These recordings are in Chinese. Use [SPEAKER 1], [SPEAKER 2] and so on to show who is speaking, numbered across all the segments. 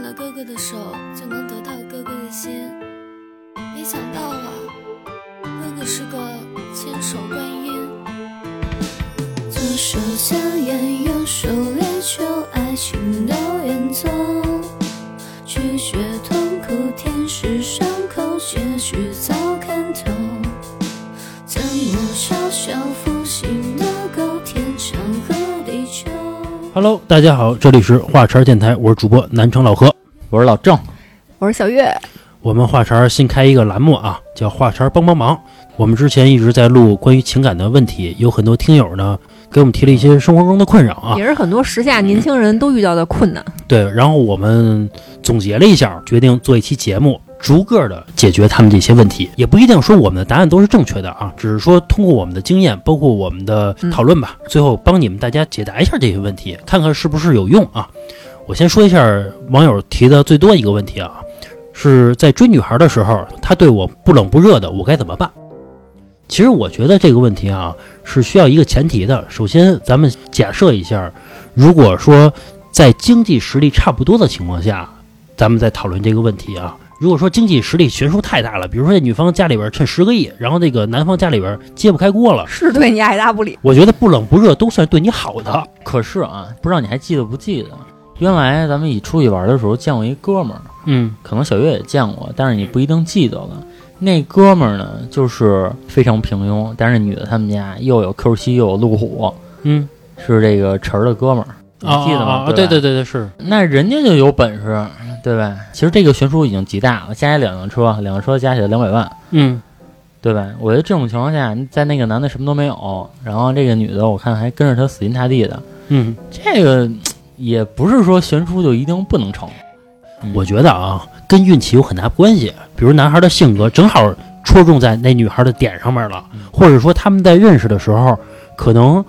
[SPEAKER 1] 了哥哥的手，就能得到哥哥的心。没想到啊，哥哥是个千手观音。
[SPEAKER 2] 左手香烟，右手烈酒，爱情都远走。拒绝痛苦，舔舐伤口，结局早看透。怎么嘲笑负心的狗，天长和地久？
[SPEAKER 3] Hello，大家好，这里是画茬儿电台，我是主播南城老何。
[SPEAKER 4] 我是老郑，
[SPEAKER 5] 我是小月，
[SPEAKER 3] 我们画茬儿新开一个栏目啊，叫画茬儿帮帮忙。我们之前一直在录关于情感的问题，有很多听友呢给我们提了一些生活中的困扰啊。
[SPEAKER 5] 也是很多时下年轻人都遇到的困难。
[SPEAKER 3] 对，然后我们总结了一下，决定做一期节目，逐个的解决他们这些问题。也不一定说我们的答案都是正确的啊，只是说通过我们的经验，包括我们的讨论吧，最后帮你们大家解答一下这些问题，看看是不是有用啊。我先说一下网友提的最多一个问题啊，是在追女孩的时候，她对我不冷不热的，我该怎么办？其实我觉得这个问题啊是需要一个前提的。首先，咱们假设一下，如果说在经济实力差不多的情况下，咱们再讨论这个问题啊。如果说经济实力悬殊太大了，比如说这女方家里边趁十个亿，然后那个男方家里边揭不开锅了，
[SPEAKER 5] 是对你爱答不理，
[SPEAKER 3] 我觉得不冷不热都算对你好的。
[SPEAKER 4] 可是啊，不知道你还记得不记得，原来咱们一起出去玩的时候见过一哥们儿，
[SPEAKER 3] 嗯，
[SPEAKER 4] 可能小月也见过，但是你不一定记得了。那哥们儿呢，就是非常平庸，但是那女的他们家又有 Q 西又有路虎，
[SPEAKER 3] 嗯，
[SPEAKER 4] 是这个晨儿的哥们儿，你
[SPEAKER 3] 啊，
[SPEAKER 4] 记得吗？
[SPEAKER 3] 啊对对
[SPEAKER 4] 对吧，
[SPEAKER 3] 对对，是
[SPEAKER 4] 那人家就有本事，对吧？其实这个悬殊已经极大了，加起来两辆车，两辆车加起来两百万，
[SPEAKER 3] 嗯，
[SPEAKER 4] 对吧？我觉得这种情况下，在那个男的什么都没有，然后这个女的我看还跟着他死心塌地的，
[SPEAKER 3] 嗯，
[SPEAKER 4] 这个也不是说悬殊就一定不能成。
[SPEAKER 3] 我觉得啊，跟运气有很大关系。比如男孩的性格正好戳中在那女孩的点上面了，
[SPEAKER 4] 嗯
[SPEAKER 3] 或者说他们在认识的时候可能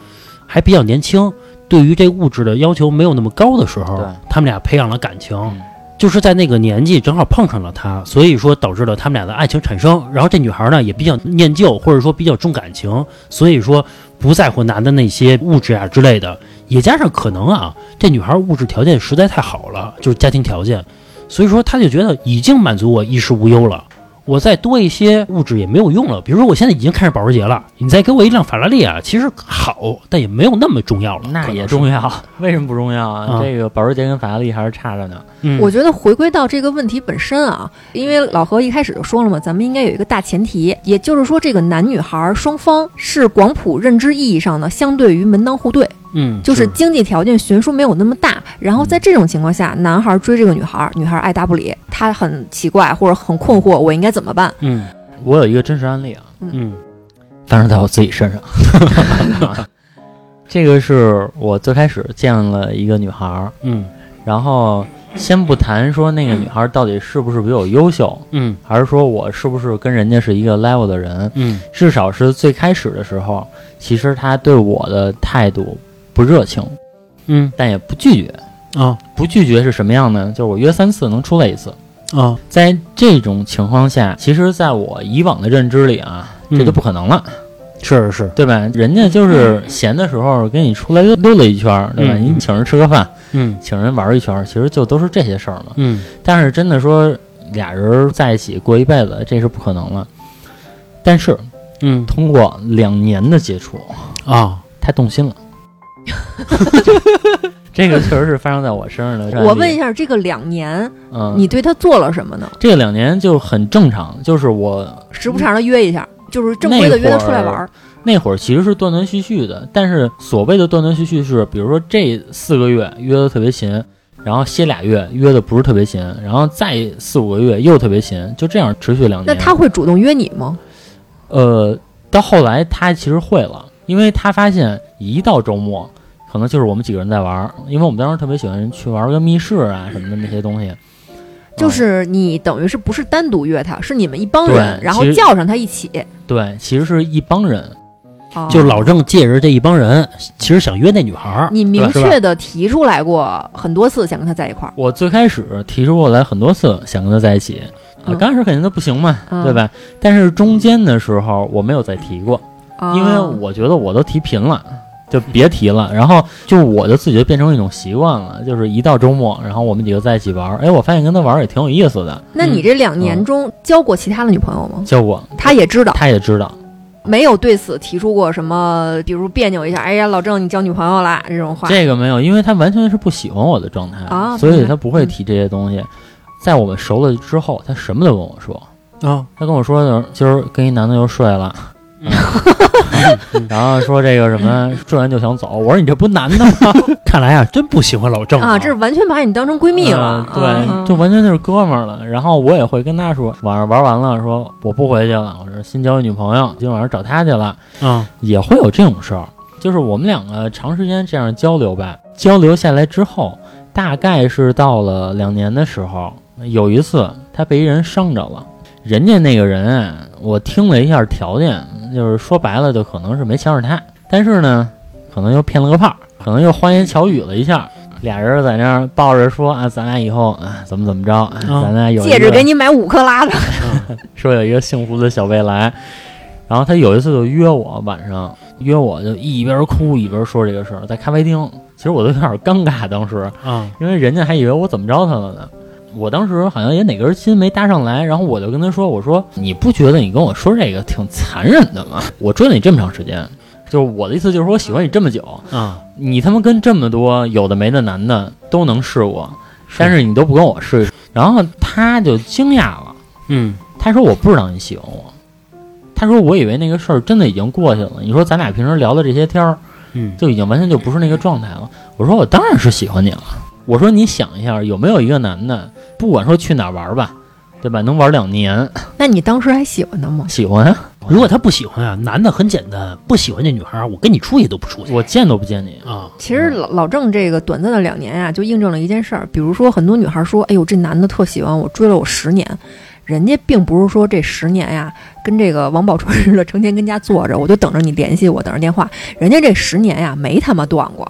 [SPEAKER 3] 还比较年轻，对于这物质的要求没有那么高的时候
[SPEAKER 4] 对，
[SPEAKER 3] 他们俩培养了感情。
[SPEAKER 4] 嗯
[SPEAKER 3] 就是在那个年纪正好碰上了他，所以说导致了他们俩的爱情产生。然后这女孩呢也比较念旧，或者说比较重感情，所以说不在乎男的那些物质啊之类的。也加上可能啊，这女孩物质条件实在太好了，就是家庭条件，所以说她就觉得已经满足我衣食无忧了。我再多一些物质也没有用了，比如说我现在已经开着保时捷了，你再给我一辆法拉利啊，其实好，但也没有那么重要了。
[SPEAKER 4] 那也
[SPEAKER 3] 重
[SPEAKER 4] 重要，为什么不重要啊？
[SPEAKER 3] 啊
[SPEAKER 4] 这个保时捷跟法拉利还是差着呢。
[SPEAKER 3] 嗯，
[SPEAKER 5] 我觉得回归到这个问题本身啊，因为老何一开始就说了嘛，咱们应该有一个大前提，也就是说，这个男女孩儿双方是广谱认知意义上的相对于门当户对，
[SPEAKER 3] 嗯
[SPEAKER 5] 就是经济条件悬殊没有那么大。然后在这种情况下，男孩儿追这个女孩儿，女孩儿爱答不理，他很奇怪或者很困惑，我应该怎么办？
[SPEAKER 3] 嗯
[SPEAKER 4] 我有一个真实案例啊，
[SPEAKER 3] 嗯
[SPEAKER 4] 发生在我自己身上。 这个是我最开始见了一个女孩儿，
[SPEAKER 3] 嗯
[SPEAKER 4] 然后先不谈说那个女孩儿到底是不是比我优秀，
[SPEAKER 3] 嗯
[SPEAKER 4] 还是说我是不是跟人家是一个 level 的人，
[SPEAKER 3] 嗯
[SPEAKER 4] 至少是最开始的时候，其实她对我的态度不热情，
[SPEAKER 3] 嗯
[SPEAKER 4] 但也不拒绝。
[SPEAKER 3] 啊
[SPEAKER 4] 不拒绝是什么样呢？就是我约三次能出来一次。
[SPEAKER 3] 啊，
[SPEAKER 4] 在这种情况下，其实在我以往的认知里啊，这
[SPEAKER 3] 嗯
[SPEAKER 4] 都不可能了，
[SPEAKER 3] 是是，
[SPEAKER 4] 对吧？人家就是闲的时候跟你出来溜溜了一圈儿，对吧？
[SPEAKER 3] 嗯
[SPEAKER 4] 你请人吃个饭，
[SPEAKER 3] 嗯
[SPEAKER 4] 请人玩一圈儿，其实就都是这些事儿嘛。
[SPEAKER 3] 嗯
[SPEAKER 4] 但是真的说俩人在一起过一辈子，这是不可能了。但是
[SPEAKER 3] 嗯
[SPEAKER 4] 通过两年的接触，
[SPEAKER 3] 啊，
[SPEAKER 4] 他动心 了。这个确实是发生在我身上的。
[SPEAKER 5] 我问一，下，这个两年
[SPEAKER 4] 嗯，
[SPEAKER 5] 你对他做了什么呢？
[SPEAKER 4] 这两年就很正常，就是我
[SPEAKER 5] 时不常的约一下，就是正规的约他出来玩儿。
[SPEAKER 4] 那会儿其实是断断续续的，但是所谓的断断续续是，比如说这四个月约的特别勤，然后歇俩月约的不是特别勤，然后再四五个月又特别勤，就这样持续两
[SPEAKER 5] 那
[SPEAKER 4] 年。
[SPEAKER 5] 他会主动约你吗？
[SPEAKER 4] 呃，到后来他其实会了，因为他发现一到周末，可能就是我们几个人在玩儿，因为我们当时特别喜欢去玩个密室啊什么的那些东西。
[SPEAKER 5] 就
[SPEAKER 4] 嗯
[SPEAKER 5] 是你等于是不是单独约他，是你们一帮
[SPEAKER 4] 对
[SPEAKER 5] 人，然后
[SPEAKER 4] 其实
[SPEAKER 5] 叫上他一起，
[SPEAKER 4] 对，其实是一帮人，
[SPEAKER 5] 哦
[SPEAKER 3] 就老郑借着这一帮人，其实想约那女孩儿，
[SPEAKER 5] 你明
[SPEAKER 3] 是吧
[SPEAKER 5] 确的提出来过很多次想跟他在一块儿，
[SPEAKER 4] 我最开始提出过来很多次想跟他在一起，啊，
[SPEAKER 5] 嗯
[SPEAKER 4] 刚开始肯定都不行嘛，
[SPEAKER 5] 嗯
[SPEAKER 4] 对吧？但是中间的时候我没有再提过，
[SPEAKER 5] 啊
[SPEAKER 4] 因为我觉得我都提频了，就别提了。然后就我就自己就变成一种习惯了，就是一到周末，然后我们几个在一起玩儿，哎，我发现跟他玩儿也挺有意思的。
[SPEAKER 5] 那你这两年中交过其他的女朋友吗？
[SPEAKER 4] 结果
[SPEAKER 5] 他也知道，
[SPEAKER 4] 他也知道，
[SPEAKER 5] 没有对此提出过什么，比如别扭一下，哎呀，老郑你交女朋友啦这种话。
[SPEAKER 4] 这个没有，因为他完全是不喜欢我的状态，
[SPEAKER 5] 啊
[SPEAKER 4] 所
[SPEAKER 5] 明
[SPEAKER 4] 以
[SPEAKER 5] 白
[SPEAKER 4] 他不会
[SPEAKER 5] 嗯
[SPEAKER 4] 提这些东西。在我们熟了之后，他什么都跟我说。
[SPEAKER 3] 啊，
[SPEAKER 4] 他跟我说的，今儿跟一男的又睡了， 然后说这个什么睡完就想走。我说你这不男的吗？
[SPEAKER 3] 看来啊，真不喜欢老郑
[SPEAKER 5] 啊，这是完全把你当成闺蜜了，啊
[SPEAKER 4] 嗯对，就
[SPEAKER 5] 就
[SPEAKER 4] 完全就是哥们儿了。然后我也会跟他说，晚上玩完了，说我不回去了，我是新交一女朋友，今晚上找她去了，
[SPEAKER 3] 啊，
[SPEAKER 4] 也会有这种事儿。就是我们两个长时间这样交流吧，交流下来之后，大概是到了两年的时候，有一次他被一人伤着了，人家那个人啊，我听了一下条件，就是说白了就可能是没瞧上他，但是呢，可能又骗了个炮，可能又花言巧语了一下。俩人在那儿抱着说啊，咱俩以后啊怎么怎么着，啊
[SPEAKER 3] 嗯
[SPEAKER 4] 咱俩有一
[SPEAKER 5] 戒指
[SPEAKER 4] 个
[SPEAKER 5] 给你买五克拉的，
[SPEAKER 4] 说有一个幸福的小未来。然后他有一次就约我晚上约我就一边哭一边说这个事儿，在咖啡厅。其实我都有点尴尬，当时
[SPEAKER 3] 啊，
[SPEAKER 4] 因为人家还以为我怎么着他了呢。我当时好像也哪根筋没搭上来，然后我就跟他说：“我说你不觉得你跟我说这个挺残忍的吗？我追了你这么长时间，就是我的意思就是说我喜欢你这么久，
[SPEAKER 3] 啊，
[SPEAKER 4] 你他妈跟这么多有的没的男的都能试过，
[SPEAKER 3] 是
[SPEAKER 4] 但是你都不跟我试。”然后他就惊讶了。
[SPEAKER 3] 嗯，
[SPEAKER 4] 他说我不知道你喜欢我，他说我以为那个事儿真的已经过去了。你说咱俩平时聊的这些天儿，
[SPEAKER 3] 嗯，
[SPEAKER 4] 就已经完全就不是那个状态了。我说我当然是喜欢你了。我说你想一下，有没有一个男的，不管说去哪儿玩儿吧，对吧，能玩两年，
[SPEAKER 5] 那你当时还喜欢他吗？
[SPEAKER 4] 喜欢啊
[SPEAKER 3] 如果他不喜欢啊，男的很简单，不喜欢这女孩儿，我跟你出去都不出去
[SPEAKER 4] 我见都不见你。
[SPEAKER 3] 啊。
[SPEAKER 5] 其实老老郑这个短暂的两年啊，就印证了一件事儿，比如说很多女孩说：“哎呦，这男的特喜欢我，追了我十年。”人家并不是说这十年呀、跟这个王宝钏似的，成天跟家坐着，我就等着你联系我，等着电话。人家这十年呀、没他妈断过，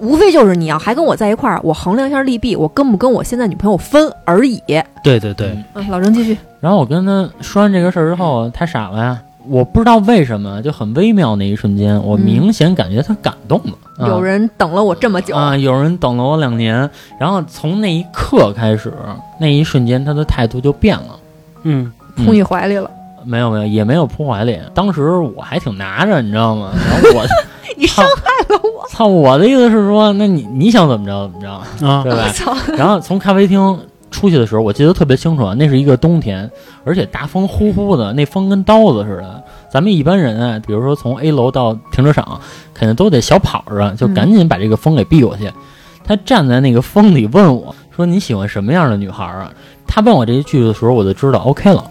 [SPEAKER 5] 无非就是你要、还跟我在一块儿，我衡量一下利弊，我跟不跟我现在女朋友分而已。
[SPEAKER 3] 对对对，
[SPEAKER 5] 啊，
[SPEAKER 4] 嗯
[SPEAKER 5] 老郑继续，
[SPEAKER 4] 然后我跟他说完这个事儿之后，他傻了呀。我不知道为什么，就很微妙那一瞬间，我
[SPEAKER 5] 嗯
[SPEAKER 4] 明显感觉他感动了。啊
[SPEAKER 5] 有人等了我这么久，
[SPEAKER 4] 啊，有人等了我两年，然后从那一刻开始，那一瞬间他的态度就变了。
[SPEAKER 3] 嗯
[SPEAKER 5] 扑你怀里了，
[SPEAKER 4] 没有没有，也没有扑怀里。当时我还挺拿着，你知道吗？然后我
[SPEAKER 5] 你伤害了我，
[SPEAKER 4] 操，我的意思是说，那你你想怎么着怎么着，
[SPEAKER 3] 啊
[SPEAKER 4] 对
[SPEAKER 5] 我
[SPEAKER 4] 吧？
[SPEAKER 5] 操！
[SPEAKER 4] 然后从咖啡厅出去的时候，我记得特别清楚啊，那是一个冬天，而且大风呼呼的，那风跟刀子似的。咱们一般人啊，比如说从 A 楼到停车场，肯定都得小跑着，就赶紧把这个风给避过去。他站在那个风里问我说：“你喜欢什么样的女孩啊？”他问我这一句的时候，我就知道 OK 了。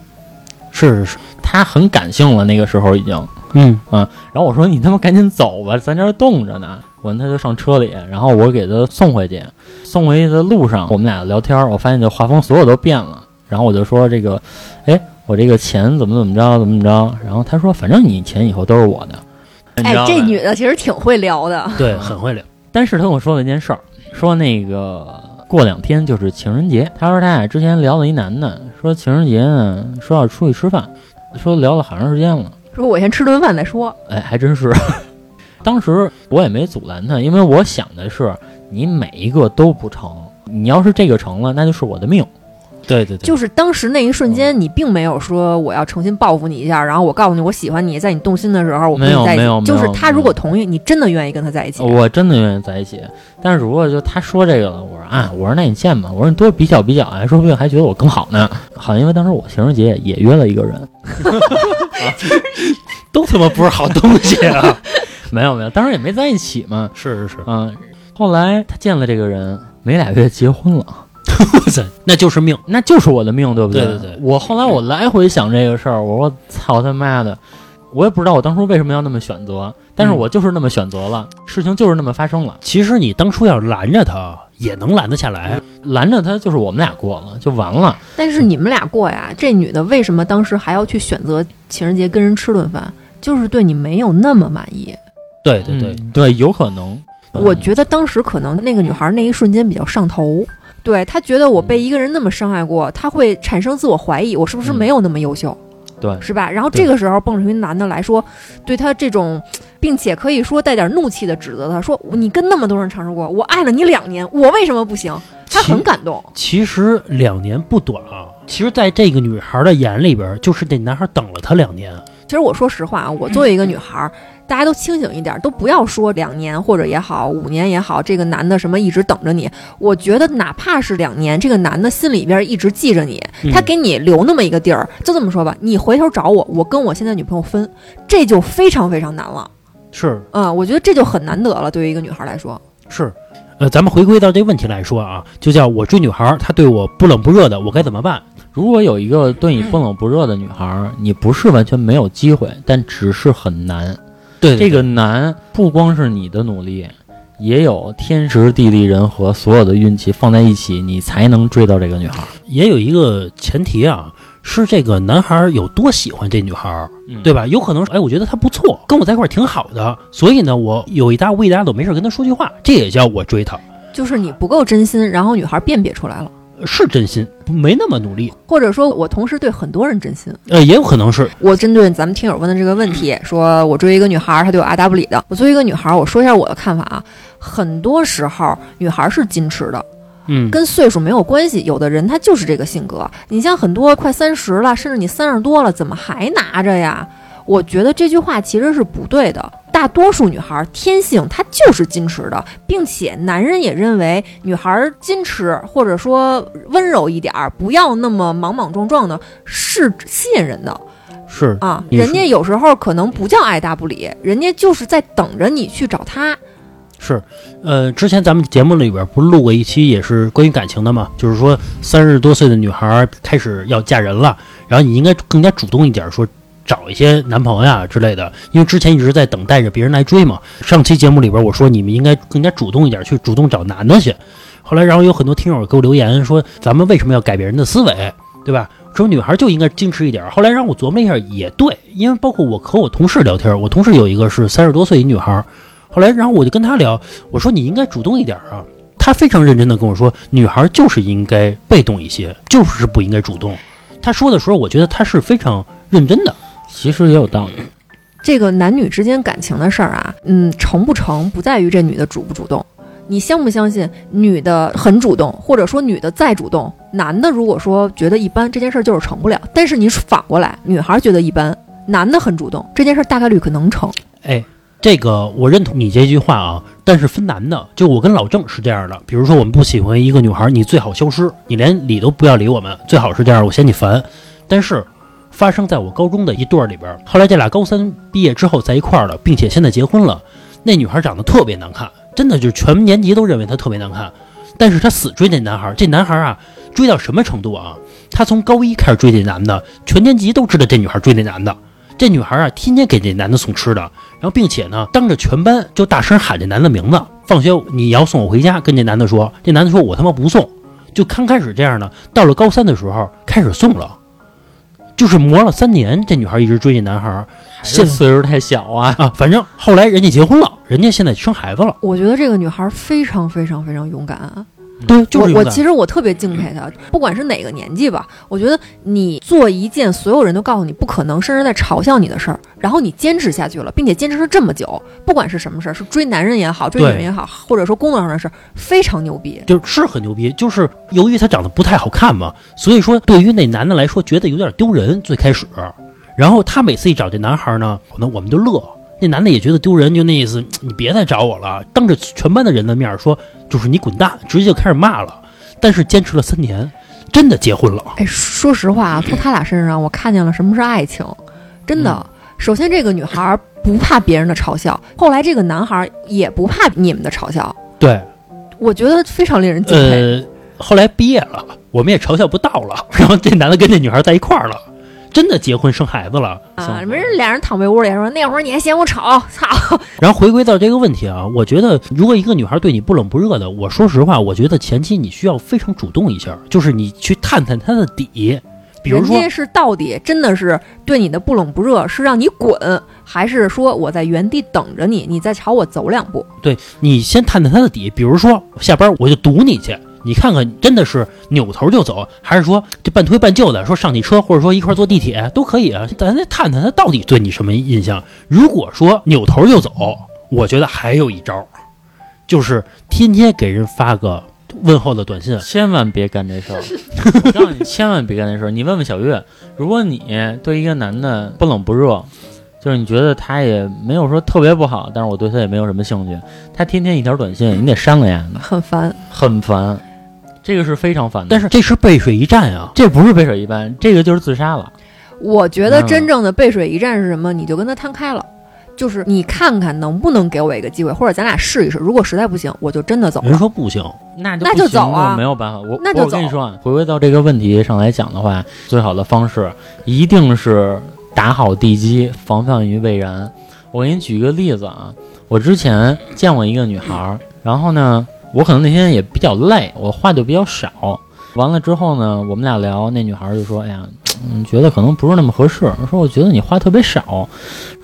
[SPEAKER 3] 是是是，
[SPEAKER 4] 他很感性了，那个时候已经。
[SPEAKER 3] 嗯
[SPEAKER 4] 然后我说：“你他妈赶紧走吧，咱这儿冻着呢。”完，他就上车里，然后我给他送回去。送回去的路上，我们俩聊天儿，我发现这画风所有都变了。然后我就说：“这个，哎，我这个钱怎么怎么着，怎么怎么着。”然后他说：“反正你钱以后都是我的。”你
[SPEAKER 5] 哎
[SPEAKER 4] 知道，
[SPEAKER 5] 这
[SPEAKER 4] 吧
[SPEAKER 5] 女的其实挺会聊的，
[SPEAKER 3] 对，很会聊。
[SPEAKER 4] 但是他跟我说了一件事儿，说那个过两天就是情人节，他说他俩之前聊了一男的，说情人节呢说要出去吃饭，说聊了好长时间了，
[SPEAKER 5] 说我先吃顿饭再说。
[SPEAKER 4] 哎，还真是。 当时我也没阻拦他，因为我想的是你每一个都不成，你要是这个成了，那就是我的命。
[SPEAKER 3] 对对对，
[SPEAKER 5] 就是当时那一瞬
[SPEAKER 4] 嗯
[SPEAKER 5] 间，你并没有说我要重新报复你一下，然后我告诉你我喜欢你，在你动心的时候我跟
[SPEAKER 4] 没有
[SPEAKER 5] 你在一
[SPEAKER 4] 没有哦
[SPEAKER 5] 起。就
[SPEAKER 4] 没
[SPEAKER 5] 是
[SPEAKER 4] 有
[SPEAKER 5] 他如果同意，你真的愿意跟他在一起。
[SPEAKER 4] 我真的愿意在一起，但是如果就他说这个了，我说啊，我说那你见吧，我说你多比较比较啊，说不定还觉得我更好呢。好像因为当时我情人节也约了一个人，
[SPEAKER 3] 都他妈不是好东西啊！
[SPEAKER 4] 没有没有，当时也没在一起嘛。
[SPEAKER 3] 是是是，
[SPEAKER 4] 嗯，后来他见了这个人，没俩月结婚了，
[SPEAKER 3] 哇塞，那就是命。
[SPEAKER 4] 那就是我的命，对不
[SPEAKER 3] 对对对
[SPEAKER 4] 我后来我来回想这个事儿，我说操他妈的，我也不知道我当初为什么要那么选择，但是
[SPEAKER 3] 嗯
[SPEAKER 4] 我就是那么选择了，事情就是那么发生了，
[SPEAKER 3] 其实你当初要拦着他，也能拦得下来。
[SPEAKER 4] 拦着他就是我们俩过了就完了。
[SPEAKER 5] 但是你们俩过呀，这女的为什么当时还要去选择情人节跟人吃顿饭？就是对你没有那么满意。
[SPEAKER 3] 对对对，
[SPEAKER 4] 嗯对，有可能。
[SPEAKER 5] 我觉得当时可能那个女孩那一瞬间比较上头，对她觉得我被一个人那么伤害过，她会产生自我怀疑，我是不是没有那么优秀？
[SPEAKER 4] 对
[SPEAKER 5] 是吧？然后这个时候蹦出一男的来说，对他这种，并且可以说带点怒气的指责他说：“你跟那么多人尝试过，我爱了你两年，我为什么不行？”他
[SPEAKER 3] 其
[SPEAKER 5] 很感动，
[SPEAKER 3] 其实两年不短啊。其实，在这个女孩的眼里边，就是这男孩等了她两年。
[SPEAKER 5] 其实我说实话啊，我作为一个女孩儿，大家都清醒一点儿，都不要说两年或者也好，五年也好，这个男的什么一直等着你。我觉得哪怕是两年，这个男的心里边一直记着你，
[SPEAKER 3] 嗯
[SPEAKER 5] 他给你留那么一个地儿，就这么说吧，你回头找我，我跟我现在女朋友分，这就非常非常难了。
[SPEAKER 3] 是
[SPEAKER 5] 嗯，我觉得这就很难得了，对于一个女孩来说，
[SPEAKER 3] 是，呃，咱们回归到这个问题来说啊，就叫我追女孩，她对我不冷不热的，我该怎么办？
[SPEAKER 4] 嗯如果有一个对你不冷不热的女孩儿，你不是完全没有机会，但只是很难。
[SPEAKER 3] 对
[SPEAKER 4] 这个难不光是你的努力，也有天时地利人和所有的运气放在一起，你才能追到这个女孩儿。
[SPEAKER 3] 也有一个前提啊，是这个男孩有多喜欢这女孩，
[SPEAKER 4] 嗯
[SPEAKER 3] 对吧？有可能，哎，我觉得她不错，跟我在一块儿挺好的，所以呢，我有一搭无一搭的，我没事跟她说句话，这也叫我追她，
[SPEAKER 5] 就是你不够真心，然后女孩辨别出来了，
[SPEAKER 3] 是真心，没那么努力。
[SPEAKER 5] 或者说我同时对很多人真心。
[SPEAKER 3] 呃，也有可能是，
[SPEAKER 5] 我针对咱们听友问的这个问题，说我追一个女孩儿，她对我爱答不理的。我作为一个女孩儿，我说一下我的看法啊。很多时候，女孩儿是矜持的，
[SPEAKER 3] 嗯，
[SPEAKER 5] 跟岁数没有关系。有的人她就是这个性格。你像很多快三十了，甚至你三十多了，怎么还拿着呀？我觉得这句话其实是不对的。大多数女孩儿天性她就是矜持的，并且男人也认为女孩儿矜持或者说温柔一点儿，不要那么莽莽撞撞的，是吸引人的。
[SPEAKER 3] 是
[SPEAKER 5] 啊，
[SPEAKER 3] 嗯你
[SPEAKER 5] 人
[SPEAKER 3] 说
[SPEAKER 5] 家有时候可能不叫爱答不理，人家就是在等着你去找他。
[SPEAKER 3] 是，呃，之前咱们节目里边不是录过一期也是关于感情的嘛，就是说三十多岁的女孩开始要嫁人了，然后你应该更加主动一点，说找一些男朋友呀之类的，因为之前一直在等待着别人来追嘛。上期节目里边我说你们应该更加主动一点，去主动找男的去。后来，然后有很多听友给我留言说，咱们为什么要改变人的思维，对吧？说女孩就应该矜持一点。后来让我琢磨了一下，也对，因为包括我和我同事聊天，我同事有一个是三十多岁一女孩，后来然后我就跟她聊，我说你应该主动一点啊。她非常认真的跟我说，女孩就是应该被动一些，就是不应该主动。她说的时候，我觉得她是非常认真的。
[SPEAKER 4] 其实也有道理。
[SPEAKER 5] 这个男女之间感情的事儿啊，嗯，成不成不在于这女的主不主动，你相不相信女的很主动，或者说女的再主动，男的如果说觉得一般，这件事儿就是成不了。但是你反过来，女孩觉得一般，男的很主动，这件事儿大概率可能成。
[SPEAKER 3] 哎，这个我认同你这句话啊，但是分男的，就我跟老郑是这样的。比如说，我们不喜欢一个女孩，你最好消失，你连理都不要理我们，最好是这样，我嫌你烦。但是发生在我高中的一对儿里边儿，后来这俩高三毕业之后在一块儿了，并且现在结婚了。那女孩长得特别难看，真的就是全年级都认为她特别难看，但是她死追那男孩儿。这男孩儿啊，追到什么程度啊？她从高一开始追这男的，全年级都知道这女孩追那男的。这女孩啊，天天给这男的送吃的，然后并且呢，当着全班就大声喊这男的名字。放学你要送我回家，跟这男的说，这男的说我他妈不送。就刚开始这样呢，到了高三的时候开始送了，就是磨了三年，这女孩一直追这男孩儿
[SPEAKER 4] 这
[SPEAKER 3] 现
[SPEAKER 4] 岁数太小啊，
[SPEAKER 3] 哎 啊，反正后来人家结婚了，人家现在生孩子了，
[SPEAKER 5] 我觉得这个女孩非常非常非常勇敢、啊。
[SPEAKER 3] 对，就是
[SPEAKER 5] 我
[SPEAKER 3] 有
[SPEAKER 5] 我
[SPEAKER 3] 点
[SPEAKER 5] 其实我特别敬佩 他，不管是哪个年纪吧，我觉得你做一件所有人都告诉你不可能，甚至在嘲笑你的事儿，然后你坚持下去了，并且坚持了这么久，不管是什么事儿，是追男人也好，追女人也好，或者说工作上的事儿，非常牛逼。
[SPEAKER 3] 就是很牛逼，就是由于她长得不太好看嘛，所以说对于那男的来说觉得有点丢人，最开始。然后她每次一找这男孩呢，可能我们就乐，那男的也觉得丢人，就那意思，你别再找我了，当着全班的人的面说，就是你滚蛋，直接就开始骂了。但是坚持了三年，真的结婚 了。
[SPEAKER 5] 哎，说实话啊，从他俩身上我看见了什么是爱情，真的。首先，这个女孩儿不怕别人的嘲笑，后来这个男孩儿也不怕你们的嘲笑，
[SPEAKER 3] 对，
[SPEAKER 5] 我觉得非常令人敬佩。
[SPEAKER 3] 呃，后来毕业了，我们也嘲笑不到了，然后这男的跟这女孩在一块儿了，真的结婚生孩子了。
[SPEAKER 5] 啊，没人俩人躺被窝里还说那会儿你还嫌我吵，操！
[SPEAKER 3] 然后回归到这个问题啊，我觉得如果一个女孩对你不冷不热的，我说实话，我觉得前期你需要非常主动一下，就是你去探探她的底，比如说
[SPEAKER 5] 人家是到底真的是对你的不冷不热，是让你滚，还是说我在原地等着你，你再朝我走两步？
[SPEAKER 3] 对你先探探她的底，比如说下班我就堵你去，你看看，真的是扭头就走，还是说这半推半就的，说上你车，或者说一块儿坐地铁都可以啊？咱再探探他到底对你什么印象。如果说扭头就走，我觉得还有一招，就是天天给人发个问候的短信。
[SPEAKER 4] 千万别干这 事儿！我告诉你，千万别干这事儿。你问问小月，如果你对一个男的不冷不热，就是你觉得他也没有说特别不好，但是我对他也没有什么兴趣，他天天一条短信，你得删了呀，
[SPEAKER 5] 很烦。
[SPEAKER 4] 很烦。这个是非常烦的。
[SPEAKER 3] 但是这是背水一战啊！
[SPEAKER 4] 这不是杯水一般，这个就是自杀了。
[SPEAKER 5] 我觉得真正的背水一战是什么？你就跟他摊开了，就是你看看能不能给我一个机会，或者咱俩试一试。如果实在不行，我就真的走
[SPEAKER 3] 人
[SPEAKER 5] 了。
[SPEAKER 3] 说不行，
[SPEAKER 4] 那就
[SPEAKER 5] 那
[SPEAKER 4] 不
[SPEAKER 5] 就
[SPEAKER 4] 行
[SPEAKER 5] 走啊
[SPEAKER 4] 我没有办法。我
[SPEAKER 5] 那就
[SPEAKER 4] 我跟你
[SPEAKER 5] 走
[SPEAKER 4] 说啊，回归到这个问题上来讲的话，最好的方式一定是打好地基，防范于未然。我给你举一个例子啊，我之前见过一个女孩儿，然后呢，我可能那天也比较累，我话就比较少。完了之后呢，我们俩聊，那女孩儿就说：“哎呀，嗯，觉得可能不是那么合适。”说我觉得你话特别少。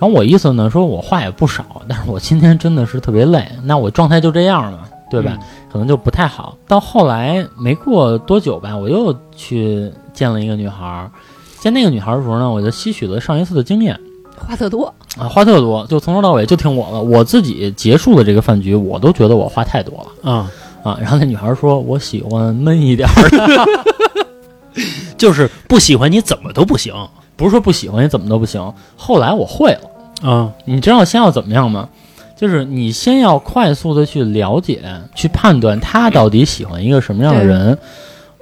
[SPEAKER 4] 然后我意思呢，说我话也不少，但是我今天真的是特别累，那我状态就这样了，对吧？可能就不太好。到后来没过多久吧，我又去见了一个女孩儿。见那个女孩儿的时候呢，我就吸取了上一次的经验
[SPEAKER 5] 话特多，
[SPEAKER 4] 啊，话特多，就从头到尾就听我了。我自己结束了这个饭局，我都觉得我话太多了
[SPEAKER 3] 啊、
[SPEAKER 4] 啊。然后那女孩儿说：“我喜欢闷一点儿，
[SPEAKER 3] 就是不喜欢你怎么都不行啊、
[SPEAKER 4] 不是说不喜欢，怎么都不行。”后来我会了。
[SPEAKER 3] 嗯啊
[SPEAKER 4] 你知道先要怎么样吗？就是你先要快速的去了解、去判断他到底喜欢一个什么样的人。